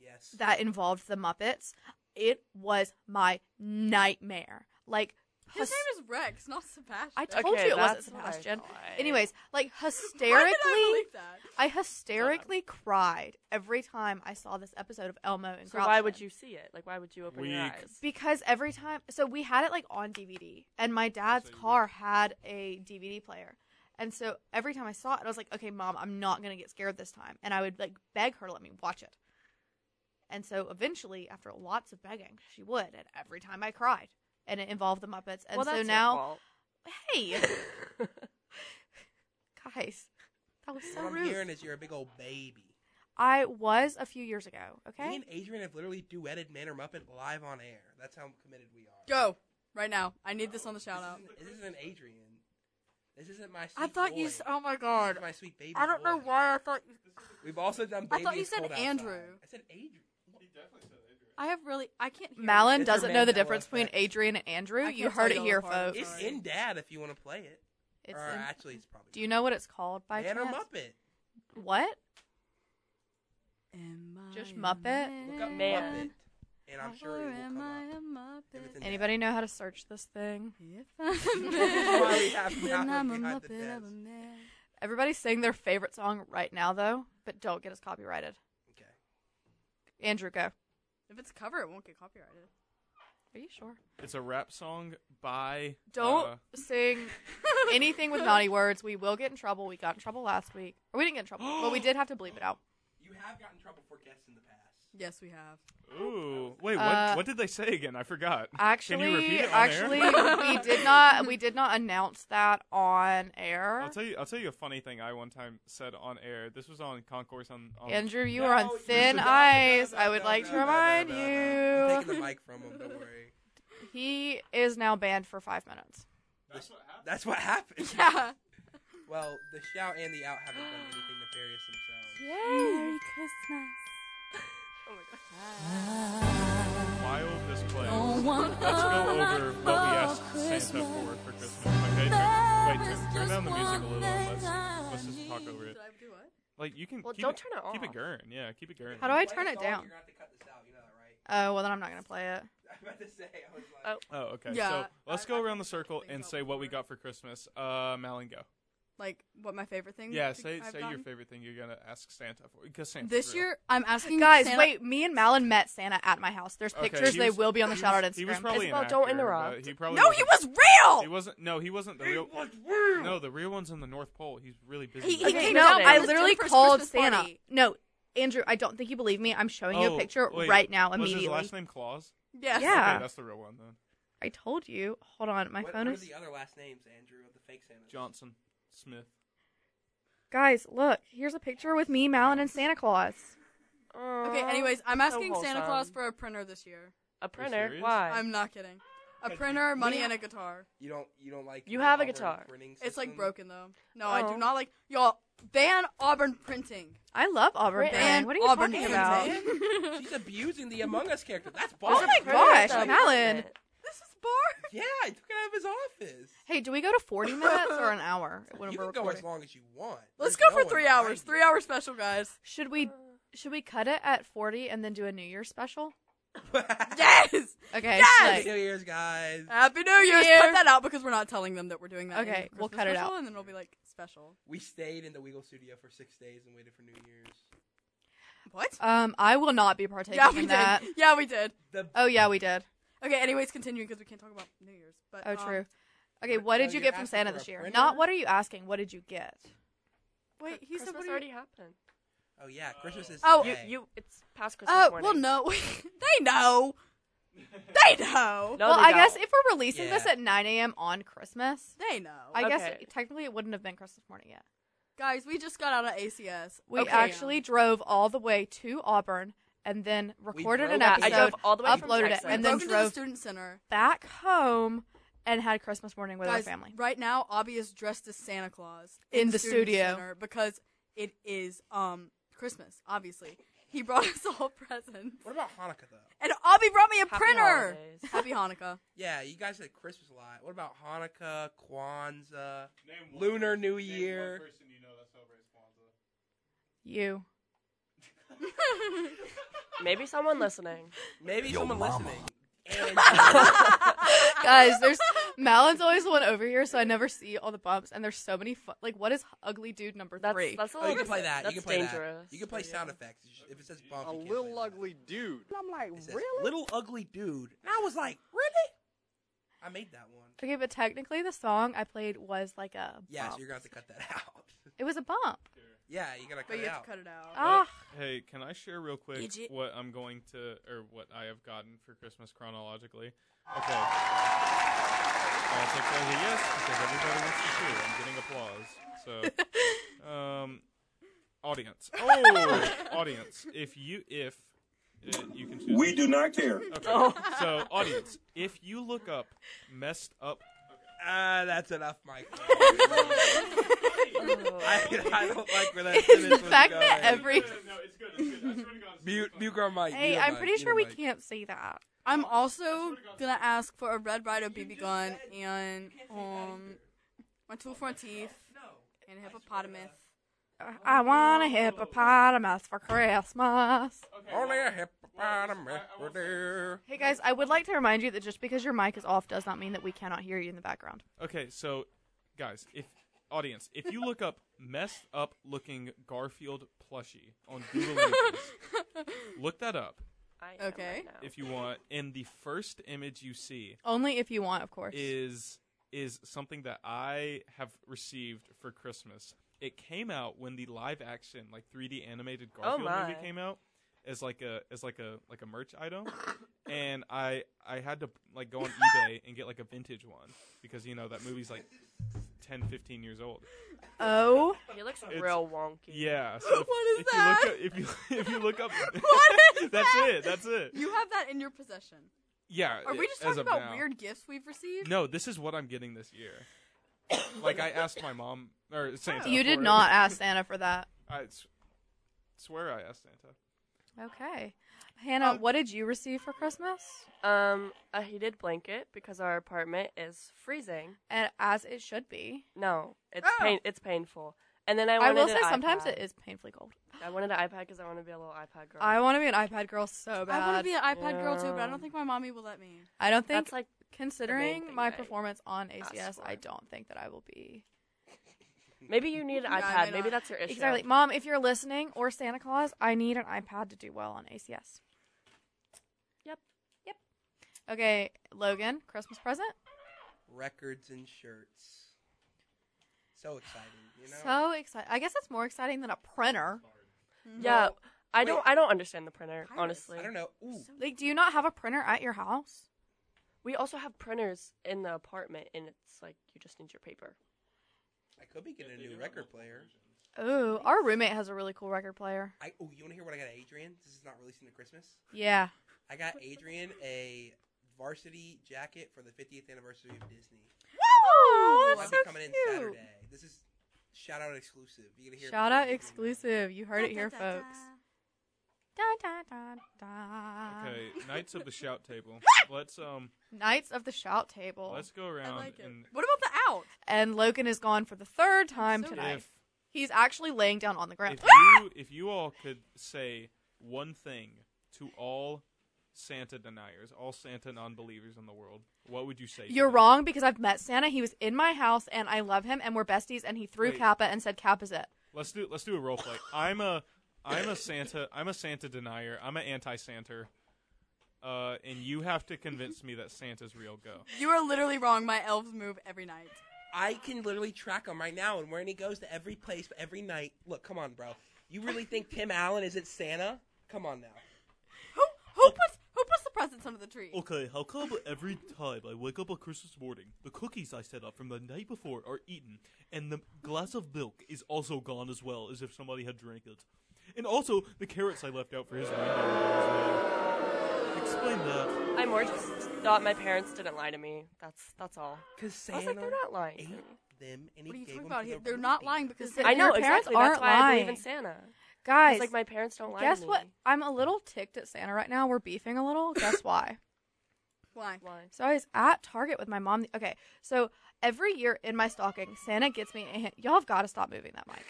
Speaker 1: Yes.
Speaker 2: that involved the Muppets. It was my nightmare. Like,
Speaker 4: His
Speaker 2: hys-
Speaker 4: name is Rex, not Sebastian.
Speaker 2: I told
Speaker 5: okay,
Speaker 2: you it wasn't
Speaker 5: that's what I
Speaker 2: Sebastian.
Speaker 5: thought.
Speaker 2: Anyways,
Speaker 5: *laughs*
Speaker 2: like
Speaker 4: *laughs* Why did I
Speaker 2: hysterically.
Speaker 4: believe that?
Speaker 2: I hysterically cried every time I saw this episode of Elmo and
Speaker 5: so why
Speaker 2: Grouchland.
Speaker 5: would you see it? Like, why would you open your
Speaker 3: Weak.
Speaker 5: eyes?
Speaker 2: Because every time, so we had it like on DVD, and my dad's
Speaker 3: So you
Speaker 2: car had a DVD player, and so every time I saw it, I was like, "Okay, mom, I'm not gonna get scared this time," and I would like beg her to let me watch it. And so eventually, after lots of begging, she would, and every time I cried, and it involved the Muppets, and
Speaker 5: well,
Speaker 2: so
Speaker 5: that's
Speaker 2: now,
Speaker 5: your
Speaker 2: hey, *laughs*
Speaker 5: fault.
Speaker 2: guys, that was so
Speaker 1: what I'm
Speaker 2: rude.
Speaker 1: hearing is you're a big old baby.
Speaker 2: I was a few years ago,
Speaker 1: Me
Speaker 2: okay?
Speaker 1: and Adrian have literally duetted Man or Muppet live on air. That's how committed we are.
Speaker 4: Go right now. I need this on the
Speaker 1: This
Speaker 4: shout out.
Speaker 1: isn't- This isn't Adrian. This isn't my. Sweet
Speaker 4: I thought
Speaker 1: boy.
Speaker 4: you. s- Oh my
Speaker 1: This
Speaker 4: god.
Speaker 1: is my sweet baby.
Speaker 4: I don't know
Speaker 1: boy.
Speaker 4: why I thought.
Speaker 1: We've also done.
Speaker 4: I
Speaker 1: Baby
Speaker 4: thought you
Speaker 1: It's
Speaker 4: said
Speaker 1: Cold Outside.
Speaker 4: Andrew.
Speaker 1: I said Adrian.
Speaker 4: I have really. I can't hear.
Speaker 2: Malin
Speaker 1: It's your
Speaker 2: doesn't know the
Speaker 1: Mandela
Speaker 2: difference between
Speaker 1: effect.
Speaker 2: Adrian and Andrew.
Speaker 4: I
Speaker 2: You
Speaker 4: can't
Speaker 2: heard
Speaker 4: tell
Speaker 2: it
Speaker 4: y'all
Speaker 2: here,
Speaker 4: apart.
Speaker 2: folks.
Speaker 4: It's
Speaker 1: It's
Speaker 4: Sorry.
Speaker 1: in Dad if you want to play it.
Speaker 2: Oh, It's
Speaker 1: or
Speaker 2: in-
Speaker 1: actually, it's probably.
Speaker 2: Do you know what it's called by
Speaker 1: Man or
Speaker 2: chance?
Speaker 1: Muppet?
Speaker 2: What?
Speaker 4: Am I
Speaker 2: Just
Speaker 4: a
Speaker 2: Muppet?
Speaker 1: Look up
Speaker 5: Man.
Speaker 1: Muppet, and I'm sure it
Speaker 4: Or
Speaker 1: will
Speaker 4: am
Speaker 1: come
Speaker 4: I
Speaker 1: up.
Speaker 4: a Muppet?
Speaker 1: If it's in Dad.
Speaker 2: Anybody know how to search this thing?
Speaker 4: If
Speaker 1: *laughs*
Speaker 4: I'm a
Speaker 1: why we
Speaker 4: man,
Speaker 1: have
Speaker 4: then
Speaker 1: Malin
Speaker 4: I'm a
Speaker 1: behind the
Speaker 4: Muppet of a
Speaker 1: desk.
Speaker 4: man.
Speaker 2: Everybody sing their favorite song right now, though, but don't get us copyrighted.
Speaker 1: Okay.
Speaker 2: Andrew, go.
Speaker 4: If it's a cover, it won't get copyrighted.
Speaker 2: Are you sure?
Speaker 3: It's a rap song by
Speaker 2: Don't
Speaker 3: uh,
Speaker 2: sing anything with naughty words. We will get in trouble. We got in trouble last week. Or we didn't get in trouble, but we did have to bleep it out.
Speaker 1: You have gotten in trouble for guests in the past.
Speaker 4: Yes, we have.
Speaker 3: ooh wait what
Speaker 2: Uh,
Speaker 3: what did they say again? I forgot.
Speaker 2: Actually,
Speaker 3: Can you repeat it on
Speaker 2: actually,
Speaker 3: air?
Speaker 2: we did not. We did not announce that on air.
Speaker 3: I'll tell you. I'll tell you a funny thing I one time said on air. This was on Concourse on. on
Speaker 2: Andrew, you
Speaker 1: No,
Speaker 2: are on
Speaker 1: Oh, you-
Speaker 2: thin
Speaker 1: no, no,
Speaker 2: ice.
Speaker 1: no,
Speaker 2: I would
Speaker 1: no,
Speaker 2: like
Speaker 1: no,
Speaker 2: to
Speaker 1: no, no,
Speaker 2: remind
Speaker 1: no,
Speaker 2: you.
Speaker 1: no. I'm taking the mic from him. Don't worry.
Speaker 2: *laughs* He is now banned for five minutes.
Speaker 1: That's what happened. That's what happened.
Speaker 4: *laughs* Yeah.
Speaker 1: Well, the shout and the out haven't done anything nefarious themselves.
Speaker 4: Merry Christmas.
Speaker 3: While this plays,
Speaker 6: Oh, one
Speaker 3: let's go over what we asked
Speaker 6: of
Speaker 3: Santa
Speaker 6: Christmas.
Speaker 3: for for Christmas.
Speaker 6: There
Speaker 3: Okay, turn, wait,
Speaker 6: is
Speaker 3: turn, turn down the
Speaker 6: just
Speaker 3: music a little.
Speaker 6: one
Speaker 3: and Let's
Speaker 6: thing I
Speaker 3: let's just talk
Speaker 6: need.
Speaker 3: over it.
Speaker 4: Did I do what?
Speaker 3: Like you can
Speaker 5: Well,
Speaker 3: keep
Speaker 5: don't
Speaker 3: it,
Speaker 5: turn it
Speaker 3: Keep it
Speaker 5: off.
Speaker 3: going. Yeah, keep it going.
Speaker 2: How do I
Speaker 1: Play
Speaker 2: turn
Speaker 1: the
Speaker 2: it
Speaker 1: song,
Speaker 2: down?
Speaker 1: You're gonna have to cut this out. You know that, right? *laughs*
Speaker 2: Oh well, then I'm not gonna play it.
Speaker 1: I was about to say. I was like.
Speaker 5: Oh.
Speaker 3: Oh, okay. so
Speaker 4: Yeah,
Speaker 3: let's
Speaker 4: I-
Speaker 3: go
Speaker 4: I
Speaker 3: around the
Speaker 4: think
Speaker 3: circle
Speaker 4: things
Speaker 3: and
Speaker 4: up
Speaker 3: say what we
Speaker 4: for-
Speaker 3: got for Christmas. Uh, Malin, go.
Speaker 4: Like what my favorite thing?
Speaker 3: Yeah,
Speaker 4: to-
Speaker 3: say
Speaker 4: I've
Speaker 3: say your
Speaker 4: gotten? Uh,
Speaker 3: favorite thing you're gonna ask Santa for Uh, because Santa.
Speaker 4: This year, I'm asking
Speaker 2: Guys,
Speaker 4: Santa-
Speaker 2: wait. Me and Malin met Santa at my house. There's
Speaker 3: Okay,
Speaker 2: pictures.
Speaker 3: he
Speaker 2: they
Speaker 3: was-
Speaker 2: will be on the
Speaker 3: he
Speaker 2: shout out
Speaker 3: was-
Speaker 2: Instagram.
Speaker 3: He was probably
Speaker 5: It's
Speaker 3: an
Speaker 5: about don't
Speaker 3: actor, but
Speaker 5: interrupt.
Speaker 3: He probably
Speaker 4: No, he
Speaker 3: wasn't-
Speaker 4: was
Speaker 3: He
Speaker 4: real.
Speaker 3: wasn't. No, he wasn't the
Speaker 1: It
Speaker 3: real.
Speaker 1: was real.
Speaker 3: No, the real one's in the North Pole. He's really busy.
Speaker 4: He- he
Speaker 5: Okay,
Speaker 2: Okay,
Speaker 5: came
Speaker 2: no,
Speaker 5: down to
Speaker 2: I
Speaker 5: his
Speaker 2: literally
Speaker 4: Jennifer's
Speaker 2: called
Speaker 4: Christmas
Speaker 2: Santa.
Speaker 4: party.
Speaker 2: No, Andrew, I don't think you believe me. I'm showing you
Speaker 3: Oh,
Speaker 2: a picture
Speaker 3: wait,
Speaker 2: right now
Speaker 3: Was
Speaker 2: immediately.
Speaker 3: his last name Claus?
Speaker 4: Yes.
Speaker 2: Yeah.
Speaker 3: Okay, that's the real one then.
Speaker 2: Are I told you. Hold on, my
Speaker 1: what,
Speaker 2: phone
Speaker 1: what
Speaker 2: is.
Speaker 1: are the other last names, Andrew, of the fake Santas?
Speaker 3: Johnson, Smith.
Speaker 2: Guys, look. Here's a picture with me, Malin, and Santa Claus.
Speaker 4: Okay, anyways, I'm
Speaker 5: so
Speaker 3: Oh,
Speaker 4: asking Santa Claus
Speaker 5: wholesome.
Speaker 4: for a printer this year.
Speaker 5: a printer.
Speaker 3: serious?
Speaker 5: Why?
Speaker 4: I'm not kidding. A
Speaker 1: Good.
Speaker 4: printer, money,
Speaker 1: Yeah.
Speaker 4: and a guitar.
Speaker 1: You don't you don't like
Speaker 5: You
Speaker 1: the
Speaker 5: have a
Speaker 1: Auburn
Speaker 5: guitar.
Speaker 1: printing
Speaker 4: It's like
Speaker 1: system?
Speaker 4: broken though. No, I
Speaker 5: Oh.
Speaker 4: do not like y'all ban Auburn printing.
Speaker 2: I love Auburn eh?
Speaker 5: Wait,
Speaker 2: Band.
Speaker 4: Ban
Speaker 2: What are you
Speaker 4: Auburn
Speaker 2: talking
Speaker 4: printing.
Speaker 2: about?
Speaker 1: Ban? *laughs* She's abusing the Among Us character. That's
Speaker 2: Oh
Speaker 1: bonkers.
Speaker 2: my
Speaker 5: Printer
Speaker 2: gosh,
Speaker 5: though,
Speaker 2: Malin.
Speaker 5: isn't it?
Speaker 4: *laughs* This is bar.
Speaker 1: *laughs* Yeah, I took it out of his office.
Speaker 2: Hey, do we go to 40 minutes or an hour when
Speaker 1: you
Speaker 2: we're
Speaker 1: can go
Speaker 2: recording?
Speaker 1: as long as you want. There's
Speaker 4: Let's go
Speaker 1: no
Speaker 4: for
Speaker 1: one
Speaker 4: three
Speaker 1: behind
Speaker 4: hours.
Speaker 1: you.
Speaker 4: Three hour special, guys.
Speaker 2: Should we should we cut it at 40 and then do a New Year special?
Speaker 1: *laughs*
Speaker 4: Yes.
Speaker 2: Okay.
Speaker 4: Yes!
Speaker 1: Happy New Year's, guys.
Speaker 2: Uh,
Speaker 4: Happy New Year's. Put that out because we're not telling them that we're doing that. in
Speaker 2: Okay,
Speaker 4: the
Speaker 2: we'll
Speaker 4: Christmas
Speaker 2: cut it
Speaker 4: special,
Speaker 2: out.
Speaker 4: and then it'll be like special.
Speaker 1: We stayed in the Weagle studio for six days and waited for New Year's.
Speaker 4: What?
Speaker 2: Um, I will not be partaking
Speaker 4: yeah,
Speaker 2: in
Speaker 4: we did.
Speaker 2: that.
Speaker 4: Yeah, we did.
Speaker 1: The
Speaker 2: Oh yeah, we did.
Speaker 4: Okay. Anyways, continuing because we can't talk about New Year's. But
Speaker 2: Oh,
Speaker 4: um,
Speaker 2: true. Okay,
Speaker 1: what-
Speaker 2: what
Speaker 1: so
Speaker 2: did you
Speaker 1: you're
Speaker 2: get from
Speaker 1: asking
Speaker 2: Santa
Speaker 1: for a
Speaker 2: this year?
Speaker 1: printer?
Speaker 2: Not what are you asking? What did you get?
Speaker 4: Wait, he
Speaker 5: Christmas
Speaker 4: said what do you-
Speaker 5: already happened.
Speaker 1: oh yeah, Christmas is.
Speaker 4: Oh,
Speaker 5: You,
Speaker 1: today.
Speaker 5: you, it's past Christmas
Speaker 4: Oh well,
Speaker 5: morning.
Speaker 4: no, *laughs* they know. They know.
Speaker 5: No,
Speaker 2: well,
Speaker 5: they
Speaker 2: I guess
Speaker 5: don't.
Speaker 2: if we're releasing this
Speaker 1: Yeah.
Speaker 2: at 9 a.m. on Christmas,
Speaker 4: They know.
Speaker 2: I guess
Speaker 5: Okay.
Speaker 2: technically it wouldn't have been Christmas morning yet.
Speaker 4: Guys, we just got out of ACS.
Speaker 2: We
Speaker 5: Okay.
Speaker 2: actually drove all the way to Auburn and then recorded
Speaker 1: drove-
Speaker 2: an
Speaker 1: I
Speaker 5: I
Speaker 2: episode
Speaker 5: drove all the way from
Speaker 2: uploaded it,
Speaker 5: Texas.
Speaker 2: and
Speaker 4: broke
Speaker 2: then
Speaker 4: into the
Speaker 2: drove-
Speaker 4: student center.
Speaker 2: back home and had Christmas morning with
Speaker 4: Guys,
Speaker 2: our family.
Speaker 4: right now, Abby is dressed as Santa Claus
Speaker 2: In the
Speaker 4: student
Speaker 2: studio.
Speaker 4: center because it is um Christmas. Obviously, he brought us all *laughs* presents,
Speaker 1: what about Hanukkah though?
Speaker 4: and Abby brought me a
Speaker 5: Happy
Speaker 4: printer.
Speaker 5: holidays. *laughs*
Speaker 4: Happy Hanukkah.
Speaker 1: Yeah, you guys said Christmas a lot. What about Hanukkah, Kwanzaa? Lunar
Speaker 6: person- *laughs*
Speaker 1: New
Speaker 6: name one
Speaker 1: Year.
Speaker 6: person you know that celebrates Kwanzaa.
Speaker 2: You.
Speaker 5: Maybe someone listening.
Speaker 1: Maybe someone listening.
Speaker 2: *laughs*
Speaker 1: And
Speaker 2: Guys, there's Malin's always the one over here, so I never see all the bumps. And there's so many fu- like, what is ugly dude number
Speaker 5: That's
Speaker 2: three?
Speaker 5: that's a
Speaker 1: oh,
Speaker 5: little
Speaker 1: you can play that.
Speaker 5: That's
Speaker 1: you can play
Speaker 5: dangerous.
Speaker 1: that. You can play
Speaker 5: for
Speaker 1: sound effects. You should- If it says bump,
Speaker 6: A
Speaker 1: you can't play
Speaker 6: little
Speaker 1: that.
Speaker 6: ugly dude.
Speaker 7: I'm like,
Speaker 1: It says,
Speaker 7: really?
Speaker 1: Little ugly dude. And I was like, really? I made that one.
Speaker 2: okay, but technically the song I played was like a bump.
Speaker 1: Yeah, so you're gonna have to cut that *laughs* out.
Speaker 2: it was a bump.
Speaker 1: yeah, you gotta
Speaker 4: But
Speaker 1: cut
Speaker 4: you
Speaker 1: it
Speaker 4: have
Speaker 1: out.
Speaker 4: to cut it out.
Speaker 2: Ah,
Speaker 3: Hey, can I share real quick
Speaker 4: Gidget.
Speaker 3: what I'm going to or what I have gotten for Christmas chronologically? Okay. I'll take that as a yes because everybody wants to hear. I'm getting applause.
Speaker 2: *laughs*
Speaker 3: So, um, audience. Oh, *laughs* audience. If you if uh, you can choose.
Speaker 8: We do not care.
Speaker 3: Okay. So, audience, if you look up messed up
Speaker 1: Ah, that's enough,
Speaker 2: *laughs*
Speaker 1: Mike.
Speaker 5: you.
Speaker 1: I, I don't like where
Speaker 2: *laughs*
Speaker 1: that
Speaker 2: is
Speaker 1: sentence
Speaker 2: the
Speaker 1: was
Speaker 2: fact
Speaker 1: going.
Speaker 2: that every.
Speaker 6: No, it's good. It's good. I swear to God, it's
Speaker 1: mute,
Speaker 6: fine.
Speaker 1: mute girl Mike.
Speaker 2: Hey,
Speaker 1: mute
Speaker 2: I'm
Speaker 1: Mike,
Speaker 2: pretty
Speaker 1: mute
Speaker 2: sure we
Speaker 1: Mike.
Speaker 2: can't say that.
Speaker 4: I'm also gonna ask for a Red Rider BB gun and um my two front teeth and a hippopotamus.
Speaker 2: I want a hippopotamus for Christmas.
Speaker 6: Okay,
Speaker 1: Only
Speaker 6: well,
Speaker 1: a hippopotamus
Speaker 6: I- I will
Speaker 1: would
Speaker 6: say this.
Speaker 1: do.
Speaker 2: Hey guys, I would like to remind you that just because your mic is off does not mean that we cannot hear you in the background.
Speaker 3: Okay, so guys, if audience, if you look up messed up looking Garfield plushie on Google Images, look that up
Speaker 5: I am
Speaker 4: Okay.
Speaker 5: right now.
Speaker 3: if you want. And the first image you see
Speaker 2: Only if you want, of course.
Speaker 3: is is something that I have received for Christmas. It came out when the live action, like 3D animated Garfield
Speaker 4: Oh,
Speaker 3: movie
Speaker 5: my.
Speaker 3: came out as like a as like a like a merch
Speaker 4: *coughs*
Speaker 3: item, and I I had to like go on eBay and get like a vintage one because you know that movie's like 10, 15 years old.
Speaker 2: Oh,
Speaker 5: He looks
Speaker 3: It's-
Speaker 5: real wonky.
Speaker 3: Yeah. So if,
Speaker 4: *laughs* What is
Speaker 3: if
Speaker 4: that?
Speaker 3: You look up, if you *laughs* if you look up,
Speaker 4: *laughs* What
Speaker 3: *laughs*
Speaker 4: is
Speaker 3: that's
Speaker 4: that?
Speaker 3: it. That's it.
Speaker 4: You have that in your possession.
Speaker 3: yeah.
Speaker 4: Are we
Speaker 3: it-
Speaker 4: just
Speaker 3: as
Speaker 4: talking
Speaker 3: of
Speaker 4: about
Speaker 3: now.
Speaker 4: weird gifts we've received?
Speaker 3: No, this is what I'm getting this year.
Speaker 1: *coughs*
Speaker 3: like I asked my mom or Santa.
Speaker 2: you
Speaker 3: for
Speaker 2: did
Speaker 3: it.
Speaker 2: not ask Santa for that.
Speaker 3: I s- swear I asked Santa.
Speaker 2: Okay. Hannah,
Speaker 4: Um,
Speaker 2: what did you receive for Christmas?
Speaker 5: Um, a heated blanket because our apartment is freezing.
Speaker 2: And as it should be.
Speaker 5: No, it's
Speaker 4: Oh.
Speaker 5: pain. It's painful. And then I
Speaker 2: I
Speaker 5: wanted
Speaker 2: will say
Speaker 5: an
Speaker 2: sometimes
Speaker 5: iPad.
Speaker 2: it is painfully cold.
Speaker 5: I wanted an iPad because I want to be a little iPad girl.
Speaker 2: I want to be an iPad girl so bad.
Speaker 4: I want to be an iPad girl too, but I
Speaker 5: Yeah.
Speaker 4: don't think my mommy will let me.
Speaker 2: I don't think,
Speaker 5: That's like
Speaker 2: considering
Speaker 5: thing
Speaker 2: my
Speaker 5: that I
Speaker 2: performance on
Speaker 5: asked
Speaker 2: ACS, I
Speaker 5: for.
Speaker 2: don't think that I will be.
Speaker 5: maybe you need an
Speaker 4: Yeah, I
Speaker 5: iPad.
Speaker 4: may
Speaker 5: Maybe
Speaker 4: not-
Speaker 5: that's your issue.
Speaker 2: Exactly. Mom, if you're listening, or Santa Claus, I need an iPad to do well on ACS.
Speaker 5: Yep.
Speaker 2: Yep. Okay, Logan, Christmas present?
Speaker 1: Records and shirts. So exciting, you know.
Speaker 2: So excited. I guess that's more exciting than a printer.
Speaker 5: Yeah. I don't.
Speaker 1: Wait.
Speaker 5: I don't understand the printer.
Speaker 4: Pirates.
Speaker 5: Honestly.
Speaker 1: I don't know. Ooh,
Speaker 2: Like, do you not have a printer at your house?
Speaker 5: We also have printers in the apartment, and it's like you just need your paper.
Speaker 1: I could be getting a new record player.
Speaker 2: Oh, our roommate has a really cool record player.
Speaker 1: I oh, you want to hear what I got Adrian? This is not releasing to Christmas.
Speaker 2: Yeah.
Speaker 1: I got Adrian a varsity jacket for the 50th anniversary of Disney.
Speaker 2: Woo!
Speaker 1: Might
Speaker 2: That's
Speaker 1: be
Speaker 2: so
Speaker 1: coming in
Speaker 2: cute.
Speaker 1: Saturday. This is shout out exclusive. You gonna hear it
Speaker 2: Shout
Speaker 1: before
Speaker 2: out
Speaker 1: the movie.
Speaker 2: exclusive. You heard it here, folks. Da, da, da, da.
Speaker 3: Okay, Knights of the Shout
Speaker 2: *laughs*
Speaker 3: Table.
Speaker 2: Ah!
Speaker 3: Let's um,
Speaker 2: Knights of the Shout Table.
Speaker 3: let's go
Speaker 4: I
Speaker 3: around
Speaker 4: like it.
Speaker 3: and
Speaker 4: What about the out?
Speaker 2: and Logan is gone for the third time
Speaker 4: so
Speaker 2: tonight.
Speaker 3: if
Speaker 2: He's actually laying down on the ground. *gasps*
Speaker 3: if you if you all could say one thing to all Santa deniers, all Santa non-believers in the world, what would you say? to
Speaker 2: You're
Speaker 3: them?
Speaker 2: wrong because I've met Santa. He was in my house and I love him and we're besties and he threw
Speaker 3: Wait.
Speaker 2: Kappa and said Kappa's it.
Speaker 3: Let's do let's do a role play. I'm a I'm a Santa. I'm a Santa denier. I'm an anti-Santa. Uh, and you have to convince me that Santa's real. Go.
Speaker 4: You are literally wrong. My elves move every night.
Speaker 1: I can literally track him right now and where he goes to every place every night. Look, come on, bro. You really think Tim Allen isn't Santa? Come on now.
Speaker 4: Who who puts who puts the presents under the tree?
Speaker 3: Okay, how come every time I wake up on Christmas morning, the cookies I set up from the night before are eaten, and the glass of milk is also gone as well, as if somebody had drank it? And also, the carrots I left out for his reindeer are gone as well. Explain that.
Speaker 5: I more just thought my parents didn't lie to me. That's that's all.
Speaker 1: Because
Speaker 5: I
Speaker 1: Santa
Speaker 5: was like, they're not lying.
Speaker 1: ate them and he
Speaker 4: What are you
Speaker 1: gave
Speaker 4: talking
Speaker 1: them
Speaker 4: about?
Speaker 1: to
Speaker 4: He-
Speaker 1: the
Speaker 4: They're not
Speaker 1: reindeer.
Speaker 4: lying because
Speaker 2: Is it-
Speaker 4: they
Speaker 5: I know
Speaker 2: your parents
Speaker 5: exactly. That's
Speaker 2: aren't
Speaker 5: why I believe
Speaker 2: lying.
Speaker 5: in Santa.
Speaker 2: Guys,
Speaker 5: It's like my parents don't lie.
Speaker 2: guess
Speaker 5: to me.
Speaker 2: what? I'm a little ticked at Santa right now. We're beefing a little. Guess why?
Speaker 4: why?
Speaker 5: Why?
Speaker 2: So I was at Target with my mom. Okay, so every year in my stocking, Santa gets me a hand- y'all have got to stop moving that mic.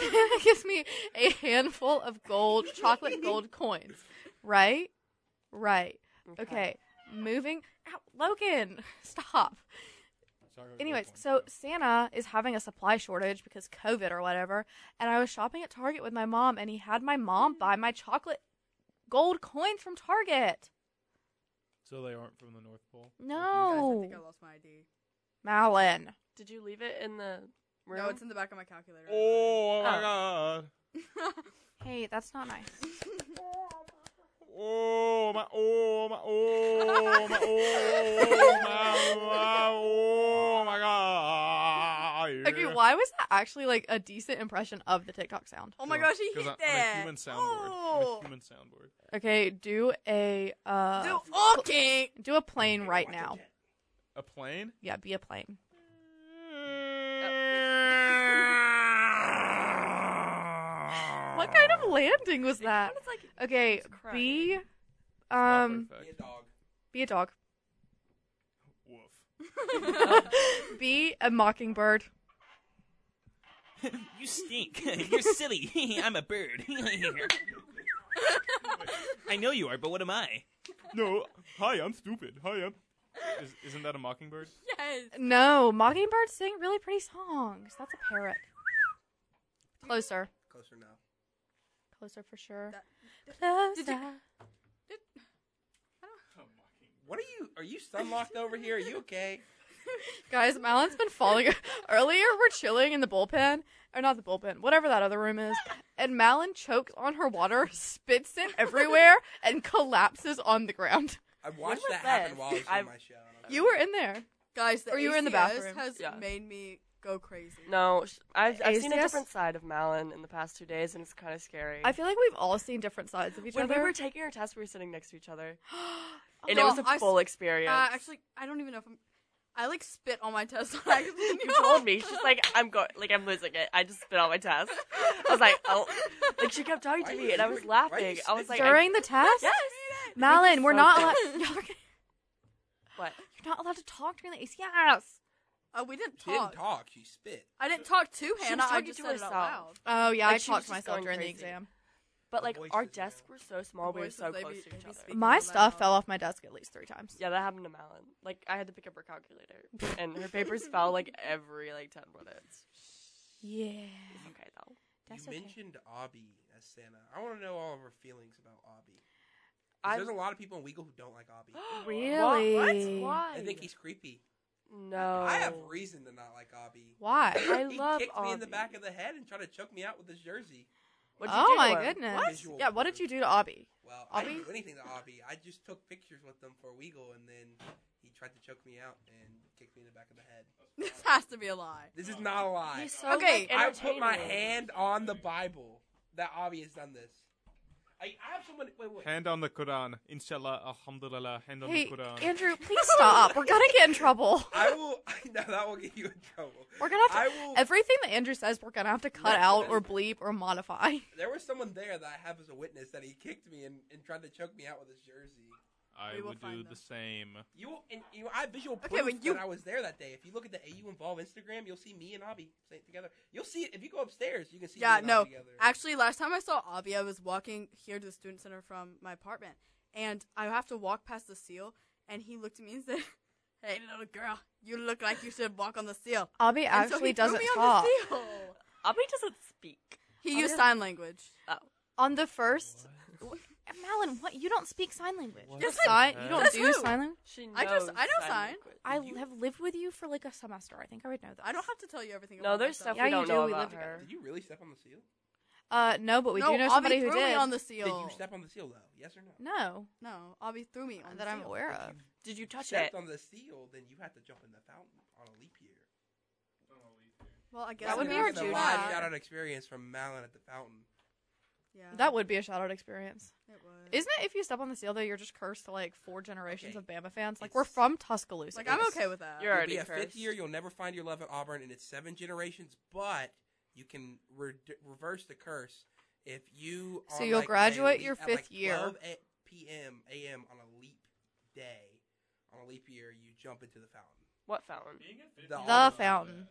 Speaker 2: Santa gives me a handful of gold, chocolate gold coins. Right, right. Okay, moving. Ow, Logan, stop. Anyways, so Santa is having a supply shortage because COVID or whatever, and I was shopping at Target with my mom, and he had my mom buy my chocolate gold coins from Target.
Speaker 3: So they aren't from the North Pole.
Speaker 4: Guys, I
Speaker 2: No,
Speaker 4: think I lost my ID.
Speaker 2: Malin.
Speaker 5: Did you leave it in the room?
Speaker 4: No, it's in the back of my calculator.
Speaker 3: Oh my
Speaker 5: Oh.
Speaker 3: god.
Speaker 2: Hey, that's not nice.
Speaker 3: Oh my! Oh my! Oh my! Oh my! Oh my god!
Speaker 2: Okay, why was that actually like a decent impression of the TikTok sound?
Speaker 4: oh my gosh, he hit
Speaker 3: Because I'm,
Speaker 4: that.
Speaker 3: I'm a human soundboard. I'm
Speaker 4: Oh.
Speaker 3: a human soundboard.
Speaker 2: Okay, do a uh
Speaker 4: Do- okay.
Speaker 2: do a plane right now.
Speaker 3: A plane?
Speaker 2: Yeah, be a plane.
Speaker 5: Oh.
Speaker 2: What kind of landing was that?
Speaker 5: It's like
Speaker 2: Okay,
Speaker 5: It's crying.
Speaker 2: be um
Speaker 3: Sound
Speaker 1: Be a
Speaker 3: effect.
Speaker 1: dog.
Speaker 2: be a dog.
Speaker 3: Woof.
Speaker 2: Be a mockingbird.
Speaker 7: You stink. *laughs* You're silly. I'm a bird. *laughs* I know you are, but what am I?
Speaker 3: No. Hi, I'm stupid. Hi, I'm. Is, isn't that a mockingbird?
Speaker 4: *laughs* Yes.
Speaker 2: No, mockingbirds sing really pretty songs. That's a parrot. Closer.
Speaker 1: Closer now.
Speaker 2: Closer for sure.
Speaker 4: That- Did you-
Speaker 2: Closer.
Speaker 1: What are you? Are you
Speaker 4: *laughs*
Speaker 1: sunlocked over here? Are you okay?
Speaker 2: Guys, Malin's been falling. *laughs* Earlier, we're chilling in the bullpen, or not the bullpen, whatever that other room is. And Malin chokes on her water, spits it everywhere, and collapses on the ground.
Speaker 1: I watched
Speaker 5: was
Speaker 1: that happen
Speaker 5: this?
Speaker 1: while I was
Speaker 5: I-
Speaker 1: on my show. and I was
Speaker 2: You were in there.
Speaker 4: Guys, the
Speaker 2: Or you were in the
Speaker 4: ACS
Speaker 2: bathroom.
Speaker 4: has
Speaker 5: Yeah.
Speaker 4: made me go crazy. Uh,
Speaker 5: no. sh- I've I've seen a
Speaker 2: ACS?
Speaker 5: different side of Malin in the past two days, and it's kind of scary.
Speaker 2: I feel like we've all seen different sides of each
Speaker 5: when
Speaker 2: other.
Speaker 5: we
Speaker 2: *gasps*
Speaker 5: were taking our test, we were sitting next to each
Speaker 4: *gasps*
Speaker 5: other, and it
Speaker 4: No,
Speaker 5: was a
Speaker 4: I s-
Speaker 5: full experience.
Speaker 4: Uh, actually, I don't even know if I'm. I like spit on my test. *laughs* when I
Speaker 5: *laughs* you told
Speaker 4: *laughs*
Speaker 5: me she's like I'm going like I'm losing it. I just spit on my test. I was like
Speaker 4: *laughs*
Speaker 5: oh, like she kept talking
Speaker 1: Why
Speaker 5: to
Speaker 1: are
Speaker 5: me,
Speaker 1: you
Speaker 5: and I was
Speaker 1: doing- why are you
Speaker 5: laughing. I was like,
Speaker 1: spitting?
Speaker 2: *laughs*
Speaker 5: I-
Speaker 2: During the test?
Speaker 5: yes,
Speaker 2: Malin, we're not
Speaker 5: *laughs*
Speaker 2: allowed. *laughs*
Speaker 5: Something.
Speaker 2: Y'all are, gonna-
Speaker 5: what?
Speaker 2: you're not allowed to talk during the ACS.
Speaker 4: Oh, we didn't
Speaker 1: she didn't
Speaker 4: talk.
Speaker 1: talk. She spit.
Speaker 4: I didn't talk to
Speaker 5: was
Speaker 4: Hannah. I
Speaker 5: talking
Speaker 4: just
Speaker 5: to
Speaker 4: said it
Speaker 5: herself.
Speaker 4: out loud. *laughs*
Speaker 2: Oh, yeah,
Speaker 5: Like,
Speaker 2: I
Speaker 5: she was
Speaker 2: talked
Speaker 5: just
Speaker 2: to myself
Speaker 5: going
Speaker 2: during the
Speaker 5: crazy.
Speaker 2: exam.
Speaker 5: But
Speaker 1: The
Speaker 5: like our
Speaker 1: voices, yeah.
Speaker 5: desks were so small, we were
Speaker 4: voices,
Speaker 5: so
Speaker 4: they
Speaker 5: close
Speaker 4: be-
Speaker 5: to
Speaker 4: they
Speaker 5: each
Speaker 4: be
Speaker 5: other.
Speaker 4: speaking
Speaker 2: My
Speaker 4: loud.
Speaker 2: stuff fell off my desk at least three times.
Speaker 5: Yeah, that happened to Malin. Like I had to pick up her calculator, and her papers fell like every like ten minutes.
Speaker 2: Yeah.
Speaker 5: It's okay though.
Speaker 2: That's
Speaker 1: you
Speaker 2: okay.
Speaker 1: mentioned Abby as Santa. I want to know all of her feelings about Abby. 'Cause
Speaker 5: I'm- *gasps*
Speaker 1: There's a lot of people in Weagle who don't like Abby.
Speaker 2: Really?
Speaker 5: What? Why?
Speaker 1: I think he's creepy.
Speaker 5: no.
Speaker 1: I
Speaker 4: Oh.
Speaker 1: have reason to not like Abby.
Speaker 2: Why?
Speaker 5: I
Speaker 1: *laughs* he
Speaker 5: love
Speaker 1: kicked me in the
Speaker 5: Abby.
Speaker 1: back of the head and tried to choke me out with his jersey.
Speaker 5: What'd you
Speaker 2: oh
Speaker 5: do to
Speaker 2: my
Speaker 5: him?
Speaker 2: goodness.
Speaker 1: What? Visual
Speaker 2: Yeah, what did you
Speaker 1: proof.
Speaker 2: do to Abby?
Speaker 1: Well, I
Speaker 2: Abby?
Speaker 1: didn't do anything to Abby. I just took pictures with them for Weagle, and then He tried to choke me out and kicked me in the back of the head.
Speaker 4: This has to be a lie.
Speaker 1: This is not a lie.
Speaker 5: He's so
Speaker 4: Okay.
Speaker 5: okay.
Speaker 1: I put my hand on the Bible. That Avi has done this. I, I have someone. Wait, wait.
Speaker 3: Hand on the Quran. Inshallah, alhamdulillah, hand on
Speaker 2: Hey,
Speaker 3: the Quran.
Speaker 2: Andrew, please stop. We're gonna get in trouble.
Speaker 1: I will. *laughs* No, that will get you in trouble.
Speaker 2: We're gonna have to.
Speaker 1: I will.
Speaker 2: Everything that Andrew says, we're gonna have to cut out or bleep or modify.
Speaker 1: there was someone there that I have as a witness that he kicked me and, and tried to choke me out with his jersey.
Speaker 3: I
Speaker 4: We will
Speaker 3: would do
Speaker 4: find
Speaker 3: the
Speaker 4: them.
Speaker 3: same.
Speaker 1: You will- and you, I have visual proof
Speaker 4: Okay, but you-
Speaker 1: that I was there that day. If you look at the AU Involve Instagram, you'll see me and Avi saying together. You'll see it if you go upstairs. You can see.
Speaker 4: Yeah,
Speaker 1: me and
Speaker 4: no.
Speaker 1: Avi together.
Speaker 4: Actually, last time I saw Abby, I was walking here to the student center from my apartment, and I have to walk past the seal, and he looked at me and said, *laughs* "Hey, little girl, you look like you should walk on the seal."
Speaker 2: Abby
Speaker 4: And so
Speaker 2: actually
Speaker 4: he threw
Speaker 2: doesn't
Speaker 4: me
Speaker 2: talk.
Speaker 4: On the, seal.
Speaker 5: Abby doesn't speak.
Speaker 4: He
Speaker 2: Oh,
Speaker 4: used
Speaker 2: yeah.
Speaker 4: sign language.
Speaker 2: On the first, Malin, what you don't speak sign language.
Speaker 3: What?
Speaker 2: You
Speaker 3: Yes,
Speaker 2: sign,
Speaker 3: I
Speaker 2: you don't
Speaker 4: do.
Speaker 2: do sign language.
Speaker 5: She knows
Speaker 4: I just- I know sign.
Speaker 5: language.
Speaker 2: I
Speaker 5: You-
Speaker 2: have lived with you for like a semester. I think I would know that.
Speaker 4: I don't have to tell you everything.
Speaker 5: No,
Speaker 4: about
Speaker 5: there's stuff
Speaker 4: myself.
Speaker 2: Yeah,
Speaker 5: we
Speaker 2: you
Speaker 5: don't
Speaker 2: do.
Speaker 5: know
Speaker 2: We live
Speaker 5: about
Speaker 2: together.
Speaker 5: her.
Speaker 1: Did you really step on the seal?
Speaker 2: Uh, no, but we
Speaker 4: no,
Speaker 2: do know
Speaker 4: Abby
Speaker 2: somebody who
Speaker 4: threw me
Speaker 2: did.
Speaker 4: on the seal.
Speaker 1: Did you step on the seal though? Yes or no?
Speaker 2: no,
Speaker 4: no, Abby threw me on
Speaker 2: that
Speaker 4: the
Speaker 2: I'm
Speaker 4: seal.
Speaker 2: aware of.
Speaker 5: Did you touch it?
Speaker 1: stepped on the seal, then you had to jump in the fountain on a leap year.
Speaker 4: Well, I guess
Speaker 2: That
Speaker 4: I
Speaker 2: would be
Speaker 4: never
Speaker 2: our
Speaker 1: That's
Speaker 4: did
Speaker 1: a
Speaker 2: junior
Speaker 1: live
Speaker 2: year.
Speaker 1: shout out experience from Malin at the fountain.
Speaker 4: Yeah,
Speaker 2: that would be a shout out experience.
Speaker 4: it was.
Speaker 2: Isn't it? If you step on the seal, though, you're just cursed to like four generations
Speaker 1: Okay.
Speaker 2: of Bama fans. Like we're
Speaker 1: It's-
Speaker 2: from Tuscaloosa.
Speaker 4: like I'm
Speaker 2: It's-
Speaker 4: okay with that.
Speaker 5: You're
Speaker 1: You'll
Speaker 5: already
Speaker 1: be a
Speaker 5: cursed.
Speaker 1: fifth year. You'll never find your love at Auburn, and it's seven generations. But you can re- reverse the curse if you.
Speaker 2: So
Speaker 1: on,
Speaker 2: you'll
Speaker 1: like, a
Speaker 2: graduate
Speaker 1: leap
Speaker 2: your
Speaker 1: at,
Speaker 2: fifth
Speaker 1: like,
Speaker 2: year.
Speaker 1: 12 a- p.m. a.m. on a leap day, on a leap year, you jump into the fountain,
Speaker 5: What fountain?
Speaker 1: The
Speaker 2: The fountain.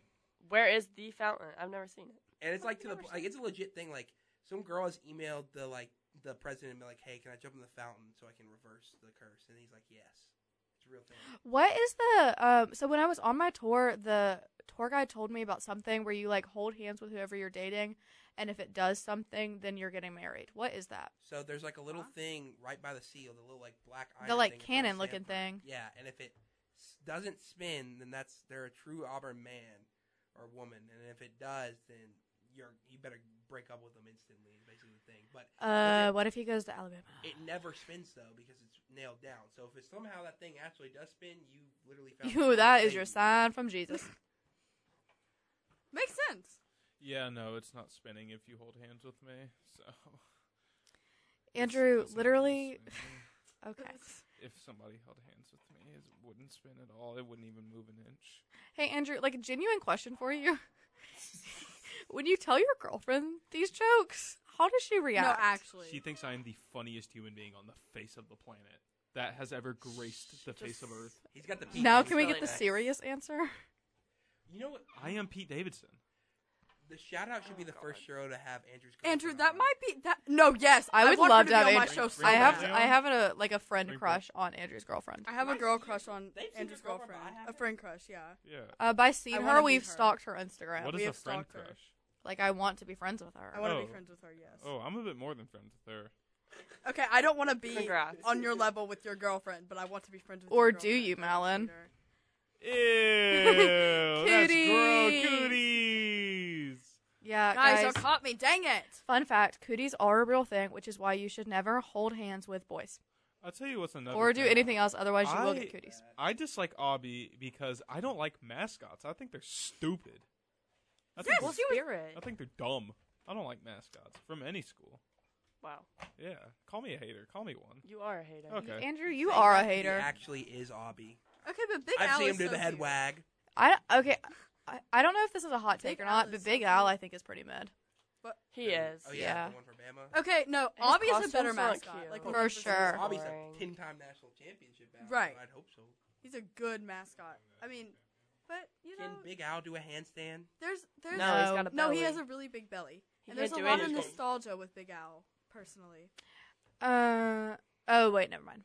Speaker 5: Where is the fountain? I've never seen it.
Speaker 1: and it's like to the like it's a legit thing. Like some girl has emailed the like the president and been like, "Hey, can I jump in the fountain so I can reverse the curse?" And he's like, "Yes." It's a real thing.
Speaker 2: What is the um? So when I was on my tour, the tour guide told me about something where you like hold hands with whoever you're dating, and if it does something, then you're getting married. What is that?
Speaker 1: So there's like a little
Speaker 4: Huh?
Speaker 1: thing right by the seal, the little like black iron.
Speaker 2: The, like,
Speaker 1: thing in front of
Speaker 2: cannon looking
Speaker 1: Sanford.
Speaker 2: thing.
Speaker 1: Yeah, and if it s- doesn't spin, then that's they're a true Auburn man or woman, and if it does, then you're you better break up with them instantly. Is basically the thing, but
Speaker 2: Uh,
Speaker 1: it-
Speaker 2: what if he goes to Alabama?
Speaker 1: it never spins though because it's nailed down. So if it's somehow that thing actually does spin, you literally
Speaker 2: *laughs*
Speaker 1: found.
Speaker 2: You, that is your
Speaker 1: side.
Speaker 2: sign from Jesus.
Speaker 4: Makes sense.
Speaker 3: Yeah, no, it's not spinning if you hold hands with me. So It's-
Speaker 2: Andrew,
Speaker 3: it's not
Speaker 2: literally. *laughs*
Speaker 3: spinning.
Speaker 2: Okay.
Speaker 3: If somebody held hands with me, it wouldn't spin at all. It wouldn't even move an inch.
Speaker 2: Hey, Andrew, like a genuine question for you. *laughs* when you tell your girlfriend these jokes, how does she
Speaker 4: No,
Speaker 2: react?
Speaker 4: actually,
Speaker 3: She thinks I am the funniest human being on the face of the planet that has ever graced the face of
Speaker 2: *laughs*
Speaker 3: Earth.
Speaker 1: He's got the. peak
Speaker 2: now,
Speaker 1: on
Speaker 2: can we
Speaker 1: his
Speaker 2: get the
Speaker 1: back.
Speaker 2: serious answer?
Speaker 1: You know what?
Speaker 3: I am Pete Davidson.
Speaker 1: The shout out should be
Speaker 2: Oh,
Speaker 1: the first show to have Andrew's.
Speaker 4: Andrew,
Speaker 1: girlfriend
Speaker 4: that
Speaker 1: on.
Speaker 4: might be that. No, yes,
Speaker 2: I would
Speaker 4: want her
Speaker 2: love
Speaker 4: to,
Speaker 2: to have
Speaker 4: be on my
Speaker 2: Andrew.
Speaker 4: show. so
Speaker 2: I have,
Speaker 4: bad.
Speaker 3: Really?
Speaker 2: I have a like a friend
Speaker 3: Really?
Speaker 2: crush on Andrew's girlfriend.
Speaker 4: I have a
Speaker 1: I've
Speaker 4: girl
Speaker 1: seen
Speaker 4: crush
Speaker 1: her.
Speaker 4: on
Speaker 1: They've seen
Speaker 4: Andrew's
Speaker 1: her girlfriend, but
Speaker 4: girlfriend.
Speaker 1: I
Speaker 4: A
Speaker 1: haven't.
Speaker 4: friend crush, yeah.
Speaker 3: Yeah.
Speaker 2: Uh, by
Speaker 4: I
Speaker 2: seeing
Speaker 4: wanna
Speaker 2: her,
Speaker 4: meet
Speaker 2: we've
Speaker 4: her.
Speaker 2: stalked her Instagram.
Speaker 3: What
Speaker 4: we
Speaker 3: is a
Speaker 4: have
Speaker 3: friend
Speaker 4: stalked her.
Speaker 3: crush?
Speaker 2: Like, I want to be friends with her.
Speaker 4: I want to
Speaker 3: Oh.
Speaker 4: be friends with her, yes.
Speaker 3: Oh, I'm a bit more than friends with
Speaker 2: *laughs*
Speaker 3: her.
Speaker 4: Okay, I don't want to be
Speaker 5: Congrats.
Speaker 4: on your level with your girlfriend, but I want to be friends with
Speaker 2: Or
Speaker 4: your
Speaker 2: do you,
Speaker 4: girlfriend.
Speaker 2: Malin?
Speaker 3: Ew, that's gross.
Speaker 2: Cooties.
Speaker 3: Cooties.
Speaker 2: yeah,
Speaker 4: Guys,
Speaker 2: guys.
Speaker 4: you caught me. Dang it.
Speaker 2: Fun fact: cooties are a real thing, which is why you should never hold hands with boys
Speaker 3: I'll tell you what's another.
Speaker 2: or do
Speaker 3: thing.
Speaker 2: anything else. Otherwise, you will
Speaker 3: I-
Speaker 2: get cooties.
Speaker 3: I dislike Obby because I don't like mascots. I think they're stupid. I think,
Speaker 5: Well,
Speaker 3: they're,
Speaker 5: spirit.
Speaker 3: I think they're dumb. I don't like mascots from any school.
Speaker 5: Wow,
Speaker 3: Yeah, call me a hater. Call me one.
Speaker 5: you are a hater.
Speaker 3: Okay.
Speaker 2: Andrew, you
Speaker 1: Big
Speaker 2: are a
Speaker 1: Al
Speaker 2: hater.
Speaker 1: He actually is Obby.
Speaker 4: Okay, but Big
Speaker 1: I've
Speaker 4: Al
Speaker 1: seen
Speaker 4: is
Speaker 1: him do
Speaker 4: so
Speaker 1: the head
Speaker 4: cute.
Speaker 1: wag.
Speaker 2: I okay. I, I don't know if this is a hot take
Speaker 4: Big
Speaker 2: or
Speaker 4: Al
Speaker 2: not,
Speaker 4: is
Speaker 2: but
Speaker 4: so
Speaker 2: Big
Speaker 4: cute.
Speaker 2: Al I think is pretty mid.
Speaker 5: He is.
Speaker 1: Oh yeah,
Speaker 2: Yeah.
Speaker 1: the one from Bama.
Speaker 4: Okay, no,
Speaker 5: His
Speaker 4: Obby is a
Speaker 5: costumes
Speaker 4: better
Speaker 5: aren't
Speaker 4: mascot.
Speaker 5: cute.
Speaker 4: Like
Speaker 5: For
Speaker 4: one hundred percent.
Speaker 2: sure.
Speaker 1: Bobby's
Speaker 5: boring.
Speaker 1: a ten-time national championship bouncer.
Speaker 4: Right.
Speaker 1: I'd hope so.
Speaker 4: He's a good mascot. I mean, but you know,
Speaker 1: Can Big Al do a handstand?
Speaker 4: there's there's
Speaker 5: No, he's
Speaker 2: No.
Speaker 5: got a
Speaker 4: no, he
Speaker 5: belly.
Speaker 4: has a really big belly,
Speaker 5: He
Speaker 4: and there's
Speaker 5: can't
Speaker 4: a
Speaker 5: do
Speaker 4: lot of
Speaker 5: anything.
Speaker 4: nostalgia with Big Al personally.
Speaker 2: Uh oh wait, never mind.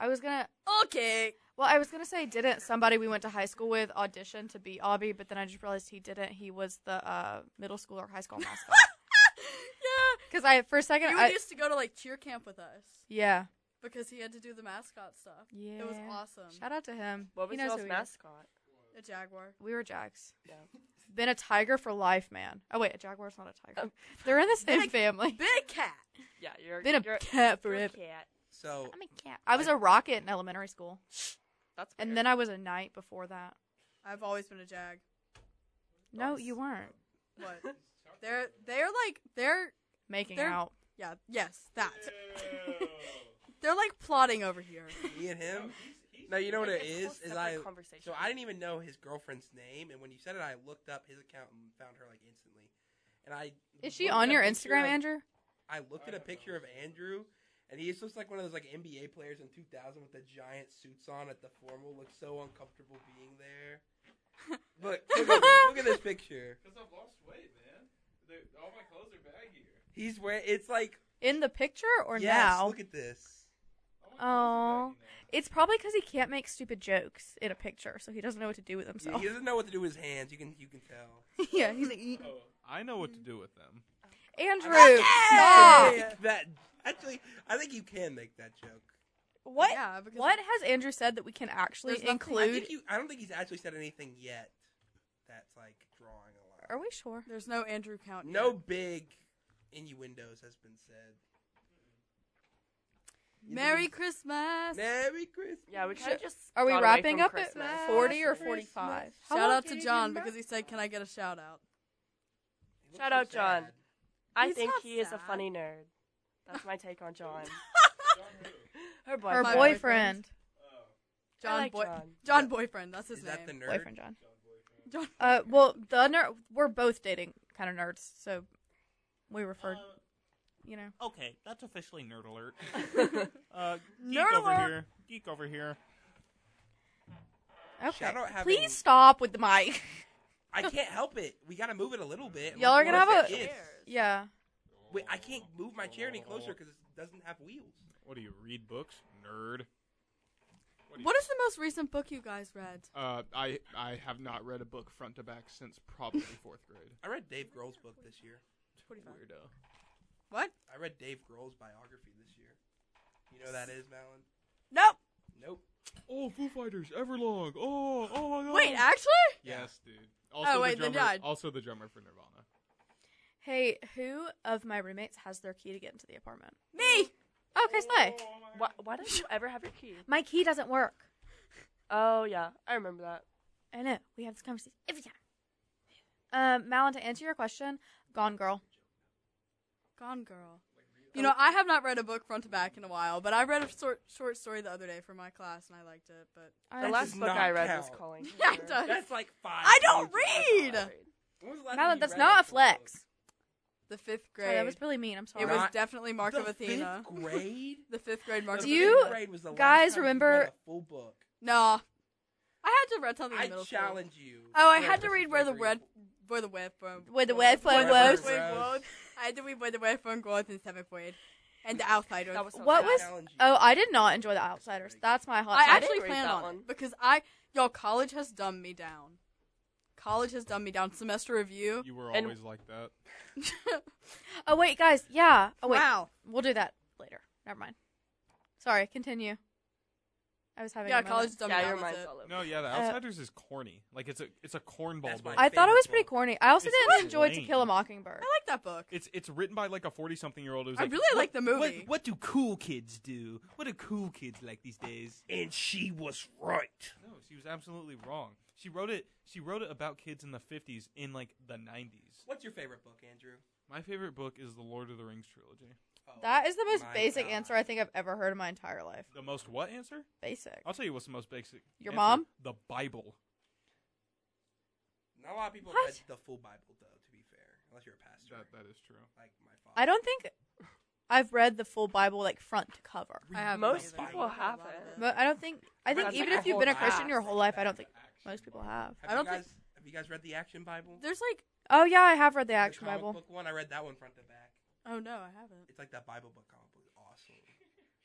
Speaker 2: I was gonna
Speaker 4: *laughs* Okay.
Speaker 2: well, I was gonna say didn't somebody we went to high school with audition to be Obby, but then I just realized he didn't. He was the uh, middle school or high school
Speaker 4: *laughs*
Speaker 2: mascot.
Speaker 4: yeah.
Speaker 2: Because I for a second
Speaker 4: You
Speaker 2: I
Speaker 4: used to go to like cheer camp with us
Speaker 2: yeah
Speaker 4: because he had to do the mascot stuff.
Speaker 2: yeah
Speaker 4: It was awesome.
Speaker 2: Shout out to him.
Speaker 5: What
Speaker 2: he
Speaker 5: was
Speaker 2: knows
Speaker 5: y'all's
Speaker 2: who he is.
Speaker 5: mascot?
Speaker 4: A jaguar.
Speaker 2: We were Jags.
Speaker 5: Yeah.
Speaker 2: Been a tiger for life, man. Oh wait, a jaguar's not a tiger. They're in the same
Speaker 4: Big-
Speaker 2: family.
Speaker 4: Big cat.
Speaker 5: Yeah, you're
Speaker 2: Been a
Speaker 5: you're,
Speaker 2: cat
Speaker 5: you're a
Speaker 2: forever.
Speaker 5: cat.
Speaker 1: So
Speaker 2: I'm a cat. I was a rocket in elementary school,
Speaker 5: That's
Speaker 2: and
Speaker 5: weird. *laughs*
Speaker 2: then I was a knight before that.
Speaker 4: I've always been a jag.
Speaker 2: No,
Speaker 1: Nice.
Speaker 2: you weren't
Speaker 4: What? they're they're like they're
Speaker 2: making
Speaker 4: They're-
Speaker 2: out.
Speaker 4: yeah yes that they're like plotting over here.
Speaker 1: me and him. *laughs* No, you know what
Speaker 5: Like,
Speaker 1: it
Speaker 5: it's
Speaker 1: is? Is
Speaker 5: a whole separate
Speaker 1: I
Speaker 5: conversation.
Speaker 1: so I didn't even know his girlfriend's name, and when you said it, I looked up his account and found her like instantly. And I
Speaker 2: Is she
Speaker 1: looked at
Speaker 2: on
Speaker 1: a
Speaker 2: your
Speaker 1: picture
Speaker 2: Instagram,
Speaker 1: of-
Speaker 2: Andrew?
Speaker 1: I looked at a picture of Andrew, and he just looks like one of those like NBA players in 2000 with the giant suits on at the formal. Looks so uncomfortable being there. But look at, this- look at this picture.
Speaker 6: Because I've lost weight, man. They, all my clothes are baggier.
Speaker 1: He's wearing. It's like
Speaker 2: In the picture or
Speaker 1: yes,
Speaker 2: now?
Speaker 1: Look at this.
Speaker 6: All my clothes are
Speaker 2: Aw.
Speaker 6: baggy now.
Speaker 2: It's probably because he can't make stupid jokes in a picture, so he doesn't know what to do with
Speaker 1: He-
Speaker 2: himself.
Speaker 1: He doesn't know what to do with his hands. You can you can tell.
Speaker 2: yeah, he's like, "Eat."
Speaker 6: Oh,
Speaker 3: I know what to do with them.
Speaker 2: Andrew,
Speaker 4: Yeah.
Speaker 2: stop.
Speaker 1: that actually, I think you can make that joke.
Speaker 2: What?
Speaker 4: Yeah, because
Speaker 2: What has Andrew said that we can actually
Speaker 4: There's nothing- I
Speaker 1: I
Speaker 2: include?
Speaker 1: think you. I don't think he's actually said anything yet. That's like drawing a
Speaker 2: Are
Speaker 1: line.
Speaker 2: we sure?
Speaker 4: there's no Andrew count. yet.
Speaker 1: No big innuendos has been said.
Speaker 4: Merry Christmas.
Speaker 1: Merry Christmas.
Speaker 5: yeah, we should just.
Speaker 2: Are we
Speaker 5: gone away
Speaker 2: wrapping
Speaker 5: from
Speaker 2: up at
Speaker 5: Christmas.
Speaker 2: forty or
Speaker 1: Christmas.
Speaker 2: forty-five?
Speaker 4: Shout out to John because he said, "Can I get a shout out?"
Speaker 1: He looks
Speaker 5: Shout out, John.
Speaker 1: sad.
Speaker 5: I
Speaker 4: He's
Speaker 5: think
Speaker 4: not
Speaker 5: he is a
Speaker 4: sad.
Speaker 5: funny nerd. That's my take on John. *laughs*
Speaker 6: John who?
Speaker 5: Her
Speaker 2: Her
Speaker 5: boyfriend.
Speaker 4: My
Speaker 2: boyfriend,
Speaker 6: Oh,
Speaker 5: I
Speaker 4: John
Speaker 5: like
Speaker 4: boy.
Speaker 5: John. *laughs*
Speaker 4: John boyfriend. That's his
Speaker 1: Is
Speaker 4: name.
Speaker 1: that the nerd?
Speaker 2: boyfriend John.
Speaker 6: John boyfriend.
Speaker 4: John.
Speaker 2: Uh, well, the ner- we're both dating kind of nerds, so we refer. you know,
Speaker 7: Okay, that's officially nerd alert.
Speaker 3: Uh, geek
Speaker 2: Nerd
Speaker 3: over
Speaker 2: alert.
Speaker 3: here. Geek over here.
Speaker 2: okay.
Speaker 1: Shout out having-
Speaker 2: Please stop with the mic. *laughs*
Speaker 1: I can't help it. We gotta move it a little bit.
Speaker 2: Y'all are
Speaker 1: Look
Speaker 2: gonna
Speaker 1: at
Speaker 2: have a-
Speaker 1: kids.
Speaker 2: yeah.
Speaker 1: Wait, I can't move my chair any closer because it doesn't have wheels.
Speaker 3: What do you read books, nerd? do you-
Speaker 4: What is the most recent book you guys read?
Speaker 3: Uh, I I have not read a book front to back since probably fourth grade.
Speaker 1: I read Dave Grohl's book this year.
Speaker 3: Weirdo.
Speaker 4: What?
Speaker 1: I read Dave Grohl's biography this year. You know who that is, Malin?
Speaker 4: Nope. *laughs*
Speaker 1: Nope.
Speaker 3: Oh, Foo Fighters, Everlong. Oh, oh my god.
Speaker 4: Wait, actually,
Speaker 3: Yes, dude. Also
Speaker 4: wait,
Speaker 3: the
Speaker 4: then
Speaker 3: drummer.
Speaker 4: yeah, I-
Speaker 3: Also the drummer for Nirvana.
Speaker 2: Hey, who of my roommates has their key to get into the apartment?
Speaker 4: me.
Speaker 2: Oh, Okay, slay.
Speaker 5: Why, why don't you ever have your key?
Speaker 2: My key doesn't work.
Speaker 5: Oh yeah, I remember that.
Speaker 2: I know. We have this conversation every time. Um, Malin, to answer your question, Gone Girl.
Speaker 4: Gone Girl. You know, I have not read a book front to back in a while, but I read a short short story the other day for my class and I liked it. But
Speaker 5: The
Speaker 1: That
Speaker 5: last
Speaker 1: does
Speaker 5: book
Speaker 1: not
Speaker 5: I read was
Speaker 1: count.
Speaker 4: *laughs*
Speaker 5: Calling.
Speaker 4: Yeah, it
Speaker 5: Her.
Speaker 4: does.
Speaker 1: That's like five.
Speaker 4: I don't
Speaker 1: pages.
Speaker 4: read.
Speaker 1: When was the last time
Speaker 2: Malin,
Speaker 1: you
Speaker 2: that's
Speaker 1: read
Speaker 2: not a
Speaker 1: book?
Speaker 2: flex.
Speaker 4: the fifth grade.
Speaker 2: Sorry, that was really mean. I'm sorry.
Speaker 4: it was
Speaker 1: Not
Speaker 4: definitely Mark
Speaker 1: the
Speaker 4: of Athena.
Speaker 1: Fifth *laughs* grade.
Speaker 4: The fifth grade Mark
Speaker 1: The
Speaker 4: of
Speaker 2: Do you-
Speaker 1: fifth
Speaker 4: Athena.
Speaker 1: grade was the last
Speaker 2: guys
Speaker 1: time you
Speaker 2: remember-
Speaker 1: read a full book?
Speaker 4: No, I had to read something in
Speaker 1: I
Speaker 4: middle school.
Speaker 1: challenge you.
Speaker 4: Oh, I
Speaker 1: Yeah,
Speaker 4: had to
Speaker 1: this
Speaker 4: read
Speaker 1: is
Speaker 4: where the
Speaker 1: Gregory
Speaker 4: red, where the web from.
Speaker 2: Where the web phone
Speaker 1: Wherever
Speaker 2: goes.
Speaker 1: it
Speaker 4: I
Speaker 1: grows.
Speaker 4: had to read where the web phone goes in seventh grade, and the outsiders.
Speaker 5: That was so
Speaker 2: What
Speaker 5: sad.
Speaker 2: was-
Speaker 1: Challenge you.
Speaker 2: Oh, I did not enjoy The Outsiders. That's my hot
Speaker 4: I
Speaker 2: take.
Speaker 4: actually
Speaker 5: read
Speaker 4: plan
Speaker 5: that
Speaker 4: on
Speaker 5: one.
Speaker 4: it because I y'all college has dumbed me down. College has dumbed me down. Semester review.
Speaker 3: You were
Speaker 5: And-
Speaker 3: always like that.
Speaker 2: Oh, wait, guys. Yeah. Oh, wait.
Speaker 4: wow.
Speaker 2: We'll do that later. Never mind. Sorry, continue. I was having a
Speaker 4: Yeah,
Speaker 2: moment.
Speaker 4: college dumbed me
Speaker 5: Yeah, your
Speaker 4: down. with
Speaker 5: mind's
Speaker 4: it.
Speaker 5: all over.
Speaker 3: No, yeah, The
Speaker 2: Uh,
Speaker 3: Outsiders is corny. Like it's a it's a cornball
Speaker 1: That's
Speaker 3: book.
Speaker 1: my
Speaker 2: I thought it was
Speaker 1: favorite
Speaker 2: pretty
Speaker 1: book.
Speaker 2: corny. I also
Speaker 3: It's
Speaker 2: didn't enjoy To
Speaker 3: lame.
Speaker 2: Kill a Mockingbird.
Speaker 4: I like that book.
Speaker 3: It's it's written by like a forty something year old who's
Speaker 4: I
Speaker 3: like,
Speaker 4: really like the movie.
Speaker 7: What, what do cool kids do? What do cool kids like these days?
Speaker 1: and she was right.
Speaker 3: No, she was absolutely wrong. She wrote it. She wrote it about kids in the fifties, in like the nineties.
Speaker 1: What's your favorite book, Andrew?
Speaker 3: My favorite book is the Lord of the Rings trilogy.
Speaker 1: Oh,
Speaker 2: That is the most
Speaker 1: my
Speaker 2: basic
Speaker 1: God.
Speaker 2: answer I think I've ever heard in my entire life.
Speaker 3: The most what answer?
Speaker 2: Basic.
Speaker 3: I'll tell you what's the most basic.
Speaker 2: Your
Speaker 3: answer.
Speaker 2: mom?
Speaker 3: The Bible.
Speaker 1: Not a lot of people
Speaker 2: What?
Speaker 1: read the full Bible, though. To be fair, unless you're a pastor,
Speaker 3: That that is true.
Speaker 1: like my father.
Speaker 2: I don't think I've read the full Bible like front to cover.
Speaker 4: I haven't
Speaker 5: Most
Speaker 4: either.
Speaker 5: people
Speaker 4: I don't know
Speaker 5: have
Speaker 4: about
Speaker 5: it.
Speaker 4: that.
Speaker 2: But I don't think I think
Speaker 1: That's
Speaker 2: even
Speaker 1: like
Speaker 2: if
Speaker 1: a
Speaker 2: you've been a
Speaker 1: whole
Speaker 2: Christian your
Speaker 1: class.
Speaker 2: whole life, I don't think most people have.
Speaker 1: Have
Speaker 4: I
Speaker 1: you
Speaker 4: don't
Speaker 1: guys, Have you guys read the Action Bible?
Speaker 4: There's like,
Speaker 2: Oh yeah, I have read the
Speaker 1: The
Speaker 2: Action
Speaker 1: comic
Speaker 2: Bible.
Speaker 1: book one. I read that one front to back.
Speaker 4: oh no, I haven't.
Speaker 1: It's like that Bible book comic book. Awesome.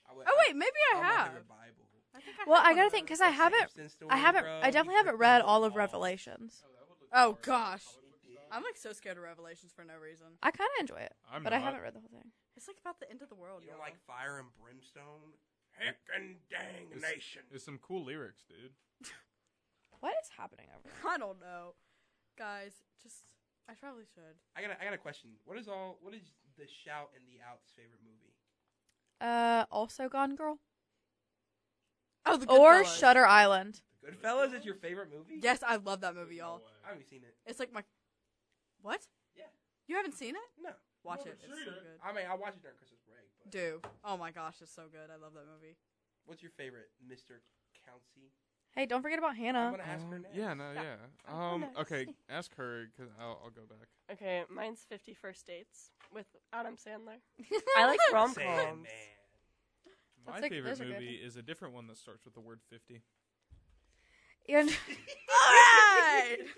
Speaker 1: I would-
Speaker 4: Oh wait, maybe I
Speaker 1: oh, my
Speaker 4: have.
Speaker 1: favorite Bible.
Speaker 4: I think I
Speaker 2: Well,
Speaker 4: have
Speaker 2: I
Speaker 4: one
Speaker 2: gotta
Speaker 4: of
Speaker 2: think
Speaker 4: those.
Speaker 2: because
Speaker 1: The
Speaker 2: I haven't,
Speaker 1: Samson story,
Speaker 2: I haven't,
Speaker 1: bro.
Speaker 2: I definitely
Speaker 1: You
Speaker 2: haven't
Speaker 1: ripped
Speaker 2: read
Speaker 1: that
Speaker 2: all of
Speaker 1: off.
Speaker 2: Revelations.
Speaker 4: Oh gosh,
Speaker 1: I'm
Speaker 4: I'm like so scared of Revelations for no reason.
Speaker 2: I kind of enjoy it,
Speaker 3: I'm
Speaker 2: but
Speaker 3: not.
Speaker 2: I haven't read the whole thing.
Speaker 4: It's like about the end of the world.
Speaker 1: You
Speaker 4: y'all.
Speaker 1: don't like fire and brimstone? Heck and dang
Speaker 3: It's-
Speaker 1: nation.
Speaker 3: There's some cool lyrics, dude.
Speaker 2: What is happening over there?
Speaker 4: *laughs* I don't know, guys. Just I probably should.
Speaker 1: I got a, I got a question. What is all? What is the shout in the out's favorite movie?
Speaker 2: Uh, also Gone Girl
Speaker 4: Oh, the
Speaker 2: or
Speaker 4: Goodfellas.
Speaker 2: Shutter Island.
Speaker 1: Goodfellas is your favorite movie?
Speaker 4: Yes, I love that movie, y'all.
Speaker 1: I haven't seen it.
Speaker 4: It's like my. What?
Speaker 1: Yeah.
Speaker 4: You haven't seen it?
Speaker 1: No.
Speaker 4: Watch
Speaker 3: Well,
Speaker 4: it.
Speaker 3: I've
Speaker 4: It's
Speaker 3: seen
Speaker 4: so
Speaker 3: it.
Speaker 4: good.
Speaker 1: I mean, I watched it during Christmas break. But
Speaker 4: Do. Oh my gosh, it's so good. I love that movie.
Speaker 1: What's your favorite, Mr. Councey?
Speaker 2: Hey, don't forget about
Speaker 1: I'm
Speaker 2: Hannah. *laughs*
Speaker 1: going to ask her
Speaker 3: Um,
Speaker 1: next. *laughs*
Speaker 3: yeah, no, yeah. Um,
Speaker 2: next.
Speaker 3: okay, ask her because I'll, I'll go back.
Speaker 5: Okay, mine's 50 First Dates with Adam
Speaker 4: *laughs*
Speaker 5: Sandler.
Speaker 1: *laughs*
Speaker 5: I like *laughs* rom coms.
Speaker 1: Sandman.
Speaker 3: My
Speaker 2: like-
Speaker 3: favorite
Speaker 2: those are good.
Speaker 3: movie is a different one that starts with the word fifty.
Speaker 2: and
Speaker 4: Alright!
Speaker 1: *laughs*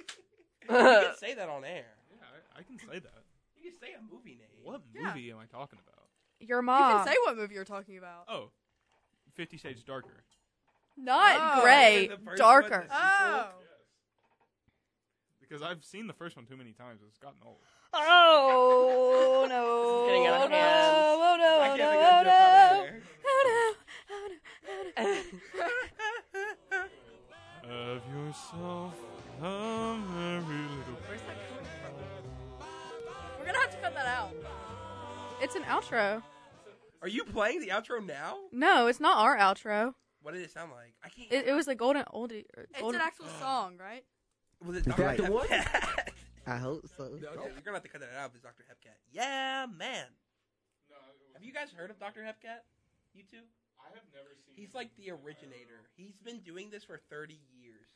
Speaker 1: You can say that on air.
Speaker 3: Yeah, I, I can say that.
Speaker 1: You can say a movie name.
Speaker 3: What
Speaker 4: Yeah.
Speaker 3: movie am I talking about?
Speaker 2: your
Speaker 4: you
Speaker 2: mom,
Speaker 4: can say what movie you're talking about.
Speaker 3: Oh, Fifty Shades Darker.
Speaker 2: *laughs* not
Speaker 4: Oh.
Speaker 2: gray,
Speaker 1: The first one,
Speaker 2: darker.
Speaker 1: the-
Speaker 3: Because I've seen the first one too many times. It's gotten old.
Speaker 2: *laughs* Oh no!
Speaker 5: is getting out
Speaker 2: oh,
Speaker 5: of
Speaker 2: no.
Speaker 5: hand.
Speaker 2: oh no!
Speaker 1: I
Speaker 2: Oh
Speaker 1: can't
Speaker 2: no!
Speaker 1: think
Speaker 2: Oh
Speaker 1: of a
Speaker 2: no!
Speaker 1: joke on air.
Speaker 2: Oh no! Oh no!
Speaker 3: Of yourself a merry little.
Speaker 4: Where's that coming from? We're gonna have to cut that out.
Speaker 2: It's an outro.
Speaker 1: *laughs* Are you playing the outro now?
Speaker 2: No, it's not our outro.
Speaker 1: What did it sound like? I can't.
Speaker 2: It, it was the golden oldie. or
Speaker 4: It's an
Speaker 2: golden-
Speaker 4: actual song, right?
Speaker 1: *laughs* was it
Speaker 8: Is
Speaker 1: Dr.
Speaker 8: that the one?
Speaker 1: Hepcat?
Speaker 8: I hope so.
Speaker 1: No, okay, you're gonna have to cut that out. It's Dr. Hepcat. Yeah, man. Have you guys heard of Dr. Hepcat? You two?
Speaker 3: I have never seen.
Speaker 1: He's like the originator. He's been doing this for 30 years.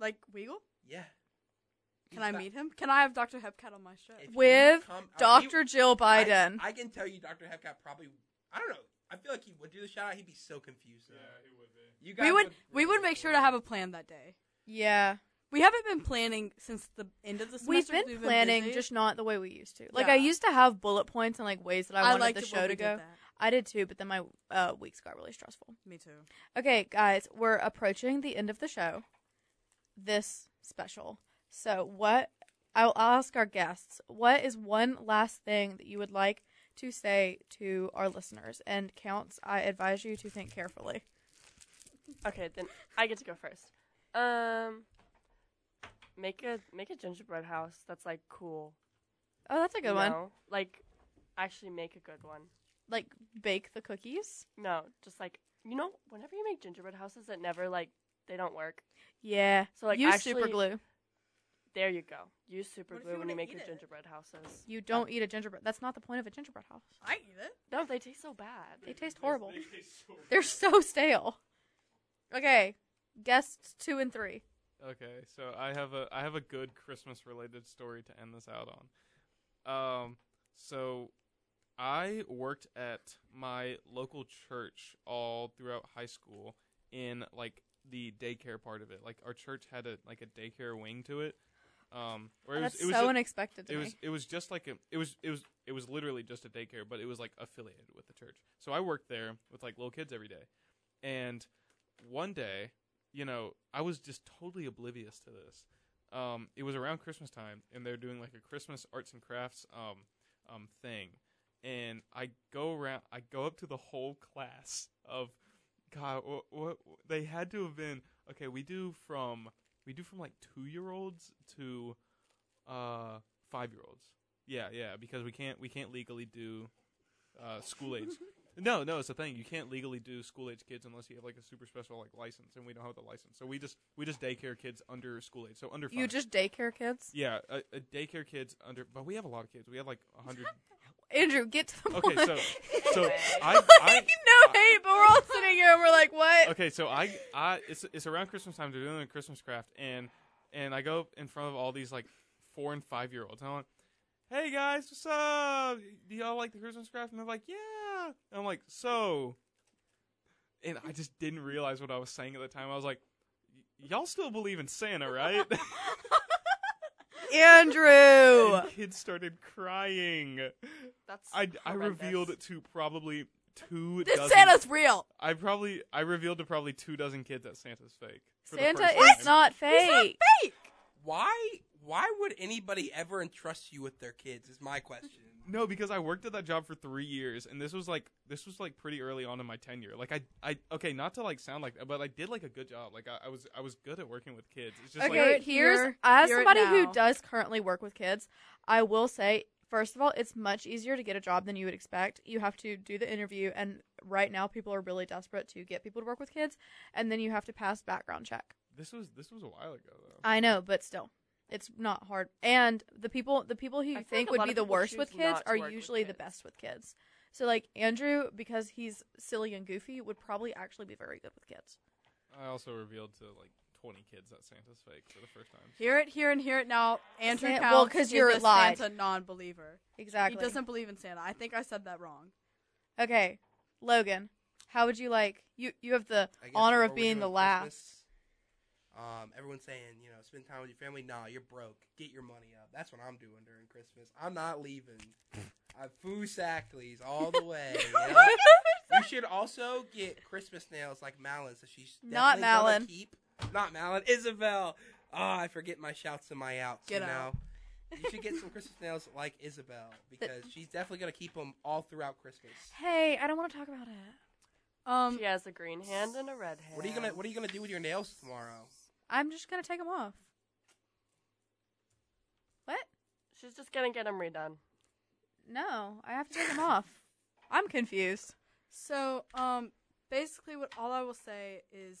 Speaker 4: Like Weagle?
Speaker 1: Yeah.
Speaker 4: Can I meet him? Can I have Dr. Hepcat on my show?
Speaker 1: If Oh, you
Speaker 2: With
Speaker 1: come- I- he-
Speaker 2: Dr. Jill
Speaker 1: I-
Speaker 2: Biden.
Speaker 1: I, can tell you, Dr. Hepcat probably. I don't know. I feel like he would do the shout out. He'd be so confused. Though.
Speaker 3: he would be.
Speaker 1: You guys
Speaker 4: We would we would make sure to have a plan that day.
Speaker 2: yeah.
Speaker 4: We haven't been planning since the end of the semester.
Speaker 2: We've
Speaker 4: 'cause
Speaker 2: been planning,
Speaker 4: busy.
Speaker 2: just not the way we used to. Like,
Speaker 4: Yeah.
Speaker 2: I used to have bullet points and, like, ways that I wanted
Speaker 4: liked
Speaker 2: the
Speaker 4: it when
Speaker 2: show
Speaker 4: we
Speaker 2: to
Speaker 4: did
Speaker 2: go.
Speaker 4: that.
Speaker 2: I did too, but then my uh, weeks got really stressful.
Speaker 4: Me too.
Speaker 2: Okay, guys, we're approaching the end of the show. This special. So, what I'll ask our guests, what is one last thing that you would like to say to our listeners? And counts, I advise you to think carefully.
Speaker 5: *laughs* Okay, then I get to go first. Um, make a make a gingerbread house that's like cool.
Speaker 2: Oh, that's a good
Speaker 5: you
Speaker 2: one.
Speaker 5: know? Like, actually make a good one.
Speaker 2: Like bake the cookies.
Speaker 5: No, just like you know, whenever you make gingerbread houses, it never like they don't work.
Speaker 2: Yeah.
Speaker 5: So, like,
Speaker 2: use
Speaker 5: actually-
Speaker 2: super glue.
Speaker 5: There you go. Use super
Speaker 4: What if
Speaker 5: glue
Speaker 4: you
Speaker 5: when you
Speaker 4: wanna
Speaker 5: make
Speaker 4: eat
Speaker 5: your
Speaker 4: it?
Speaker 5: gingerbread houses.
Speaker 2: You don't eat a gingerbread. That's not the point of a gingerbread house.
Speaker 4: I eat it.
Speaker 5: No, they taste so bad.
Speaker 2: They taste horrible. *laughs* They're so stale. Okay, guests two and three.
Speaker 3: Okay, so I have a I have a good Christmas related story to end this out on. Um, so I worked at my local church all throughout high school in like the daycare part of it. Like our church had a like a daycare wing to it. Um, where it was,
Speaker 2: That's
Speaker 3: it was
Speaker 2: so
Speaker 3: ju-
Speaker 2: unexpected to
Speaker 3: it
Speaker 2: me.
Speaker 3: was it was just like a, it was it was it was literally just a daycare, but it was like affiliated with the church. So I worked there with like little kids every day, and one day, you know, I was just totally oblivious to this. Um, it was around Christmas time, and they're doing like a Christmas arts and crafts um, um, thing, and I go around, I go up to the whole class of, God, what, what they had to have been okay. We do from we do from like two year olds to uh five year olds. Yeah, yeah, because we can't we can't legally do uh
Speaker 2: *laughs*
Speaker 3: school age. No, no, it's a thing. You can't legally do school age kids unless you have like a super special like license, and we don't have the license. So we just we just daycare kids under school age, so under five.
Speaker 2: you just daycare kids,
Speaker 3: yeah, a, a daycare kids under, but we have a lot of kids. We have like
Speaker 2: *laughs*
Speaker 3: a hundred.
Speaker 2: Andrew. Get to the
Speaker 3: Okay,
Speaker 2: point.
Speaker 3: so
Speaker 2: *laughs*
Speaker 3: so I, I
Speaker 2: no hate, but we're all sitting here and we're like, what?
Speaker 3: okay, so I, I, it's it's around Christmas time. They're doing a Christmas craft, and and I go in front of all these like four and five year olds. And I'm like, "Hey guys, what's up? Do y'all like the Christmas craft?" And they're like, "Yeah." And I'm like, "So," and I just didn't realize what I was saying at the time. I was like, "Y- "Y'all still believe in Santa, right?" *laughs*
Speaker 4: *laughs*
Speaker 2: Andrew. *laughs*
Speaker 3: and kids started crying.
Speaker 5: That's
Speaker 3: I I
Speaker 5: horrendous.
Speaker 3: revealed it to probably two
Speaker 4: This
Speaker 3: dozen.
Speaker 4: Santa's real.
Speaker 3: I probably I revealed to probably two dozen kids that Santa's fake. for the
Speaker 2: Santa
Speaker 3: first
Speaker 2: is
Speaker 3: time.
Speaker 2: not
Speaker 4: He's not
Speaker 2: fake.
Speaker 4: fake.
Speaker 1: Why? Why would anybody ever entrust you with their kids? Is my question.
Speaker 3: No, because I worked at that job for three years, and this was like this was like pretty early on in my tenure. Like I, I okay, not to like sound like, that, but I did like a good job. Like I, I was, I was good at working with kids. It's just
Speaker 2: Okay,
Speaker 3: like
Speaker 4: it
Speaker 2: here's
Speaker 4: here,
Speaker 2: as
Speaker 4: hear it
Speaker 2: somebody who
Speaker 4: now.
Speaker 2: does currently work with kids, I will say First of all, it's much easier to get a job than you would expect. You have to do the interview, and right now people are really desperate to get people to work with kids, and then you have to pass background check.
Speaker 3: This was this was a while ago though.
Speaker 2: I know, but still, it's not hard. And the people, the people who
Speaker 5: I
Speaker 2: you
Speaker 5: feel
Speaker 2: think
Speaker 5: like a
Speaker 2: would
Speaker 5: lot
Speaker 2: be
Speaker 5: of
Speaker 2: the
Speaker 5: people
Speaker 2: worst with
Speaker 5: choose
Speaker 2: kids
Speaker 5: not to
Speaker 2: are
Speaker 5: work with
Speaker 2: usually the
Speaker 5: kids.
Speaker 2: best with kids. So like Andrew, because he's silly and goofy, would probably actually be very good with kids.
Speaker 3: I also revealed to like 20 kids that Santa's fake for the first time.
Speaker 4: Hear it, hear it, hear it now. Andrew
Speaker 2: San-
Speaker 4: San-
Speaker 2: well, 'cause you're
Speaker 4: is a
Speaker 2: lied.
Speaker 4: Santa non-believer.
Speaker 2: Exactly.
Speaker 4: He doesn't believe in Santa. I think I said that wrong.
Speaker 2: Okay, Logan, how would you like you? You have the
Speaker 1: I guess
Speaker 2: honor of
Speaker 1: before we
Speaker 2: being
Speaker 1: do
Speaker 2: the
Speaker 1: on
Speaker 2: last.
Speaker 1: Christmas, Um, everyone's saying, you know, spend time with your family. Nah, you're broke. Get your money up. That's what I'm doing during Christmas. I'm not leaving. I foo Sackleys all the
Speaker 2: *laughs*
Speaker 1: way. you know? You should also get Christmas nails like Malin, so she's
Speaker 2: Not
Speaker 1: definitely gonna
Speaker 2: Malin.
Speaker 1: Keep not Malin, Isabel. Ah, I forget my shouts and my outs.
Speaker 4: Get
Speaker 1: you
Speaker 4: out.
Speaker 1: know? You should get some Christmas nails like
Speaker 2: *laughs*
Speaker 1: Isabel because she's definitely gonna keep them all throughout Christmas.
Speaker 2: Hey, I don't want to talk about it.
Speaker 4: Um,
Speaker 5: she has a green hand and a red hand.
Speaker 1: What are you gonna What are you gonna do with your nails tomorrow?
Speaker 2: I'm just gonna take them off. What?
Speaker 5: She's just gonna get them redone.
Speaker 2: No, I have to take them off. I'm confused.
Speaker 4: So, um, basically, what all I will say is,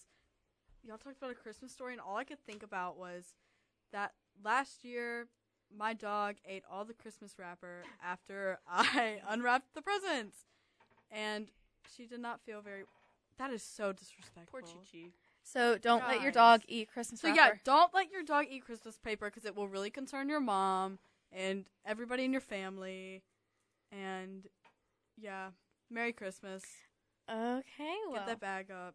Speaker 4: y'all talked about a Christmas story, and all I could think about was that last year my dog ate all the Christmas wrapper after *laughs* I unwrapped the presents, and she did not feel very. That is so disrespectful.
Speaker 5: Poor Chi Chi.
Speaker 2: So don't let your
Speaker 4: Guys.
Speaker 2: dog eat Christmas
Speaker 4: So yeah,
Speaker 2: wrapper.
Speaker 4: don't let your dog eat Christmas paper because it will really concern your mom and everybody in your family, and yeah, Merry Christmas.
Speaker 2: Okay, well,
Speaker 4: Get that bag up.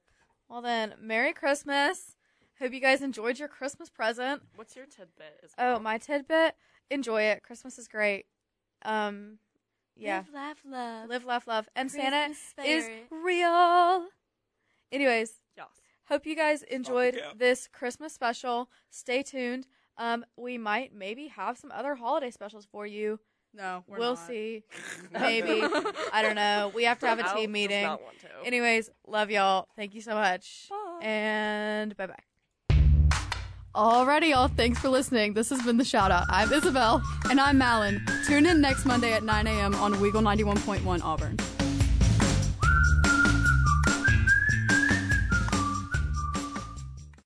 Speaker 2: well then, Merry Christmas. Hope you guys enjoyed your Christmas present.
Speaker 5: What's your tidbit? Is
Speaker 2: Oh, my tidbit: enjoy it. Christmas is great. Um, yeah,
Speaker 4: Live, laugh, love.
Speaker 2: live, laugh, love, and Santa is
Speaker 4: spirit.
Speaker 2: real. Anyways,
Speaker 5: yes.
Speaker 2: hope you guys enjoyed
Speaker 7: cap.
Speaker 2: this Christmas special. Stay tuned. Um, we might maybe have some other holiday specials for you.
Speaker 4: No, we're
Speaker 2: we will
Speaker 4: not.
Speaker 2: see.
Speaker 5: *laughs*
Speaker 2: Maybe. I don't know. We have to
Speaker 4: *laughs*
Speaker 2: have a
Speaker 5: Al
Speaker 2: team
Speaker 5: Does
Speaker 2: meeting.
Speaker 5: not want to.
Speaker 2: Anyways, love y'all. Thank you so much.
Speaker 4: Bye.
Speaker 2: And bye bye.
Speaker 4: Alrighty, y'all. Thanks for listening. This has been the shout out. I'm Isabel. And I'm Malin. Tune in next Monday at 9 a.m. on Weagle 91.1 Auburn.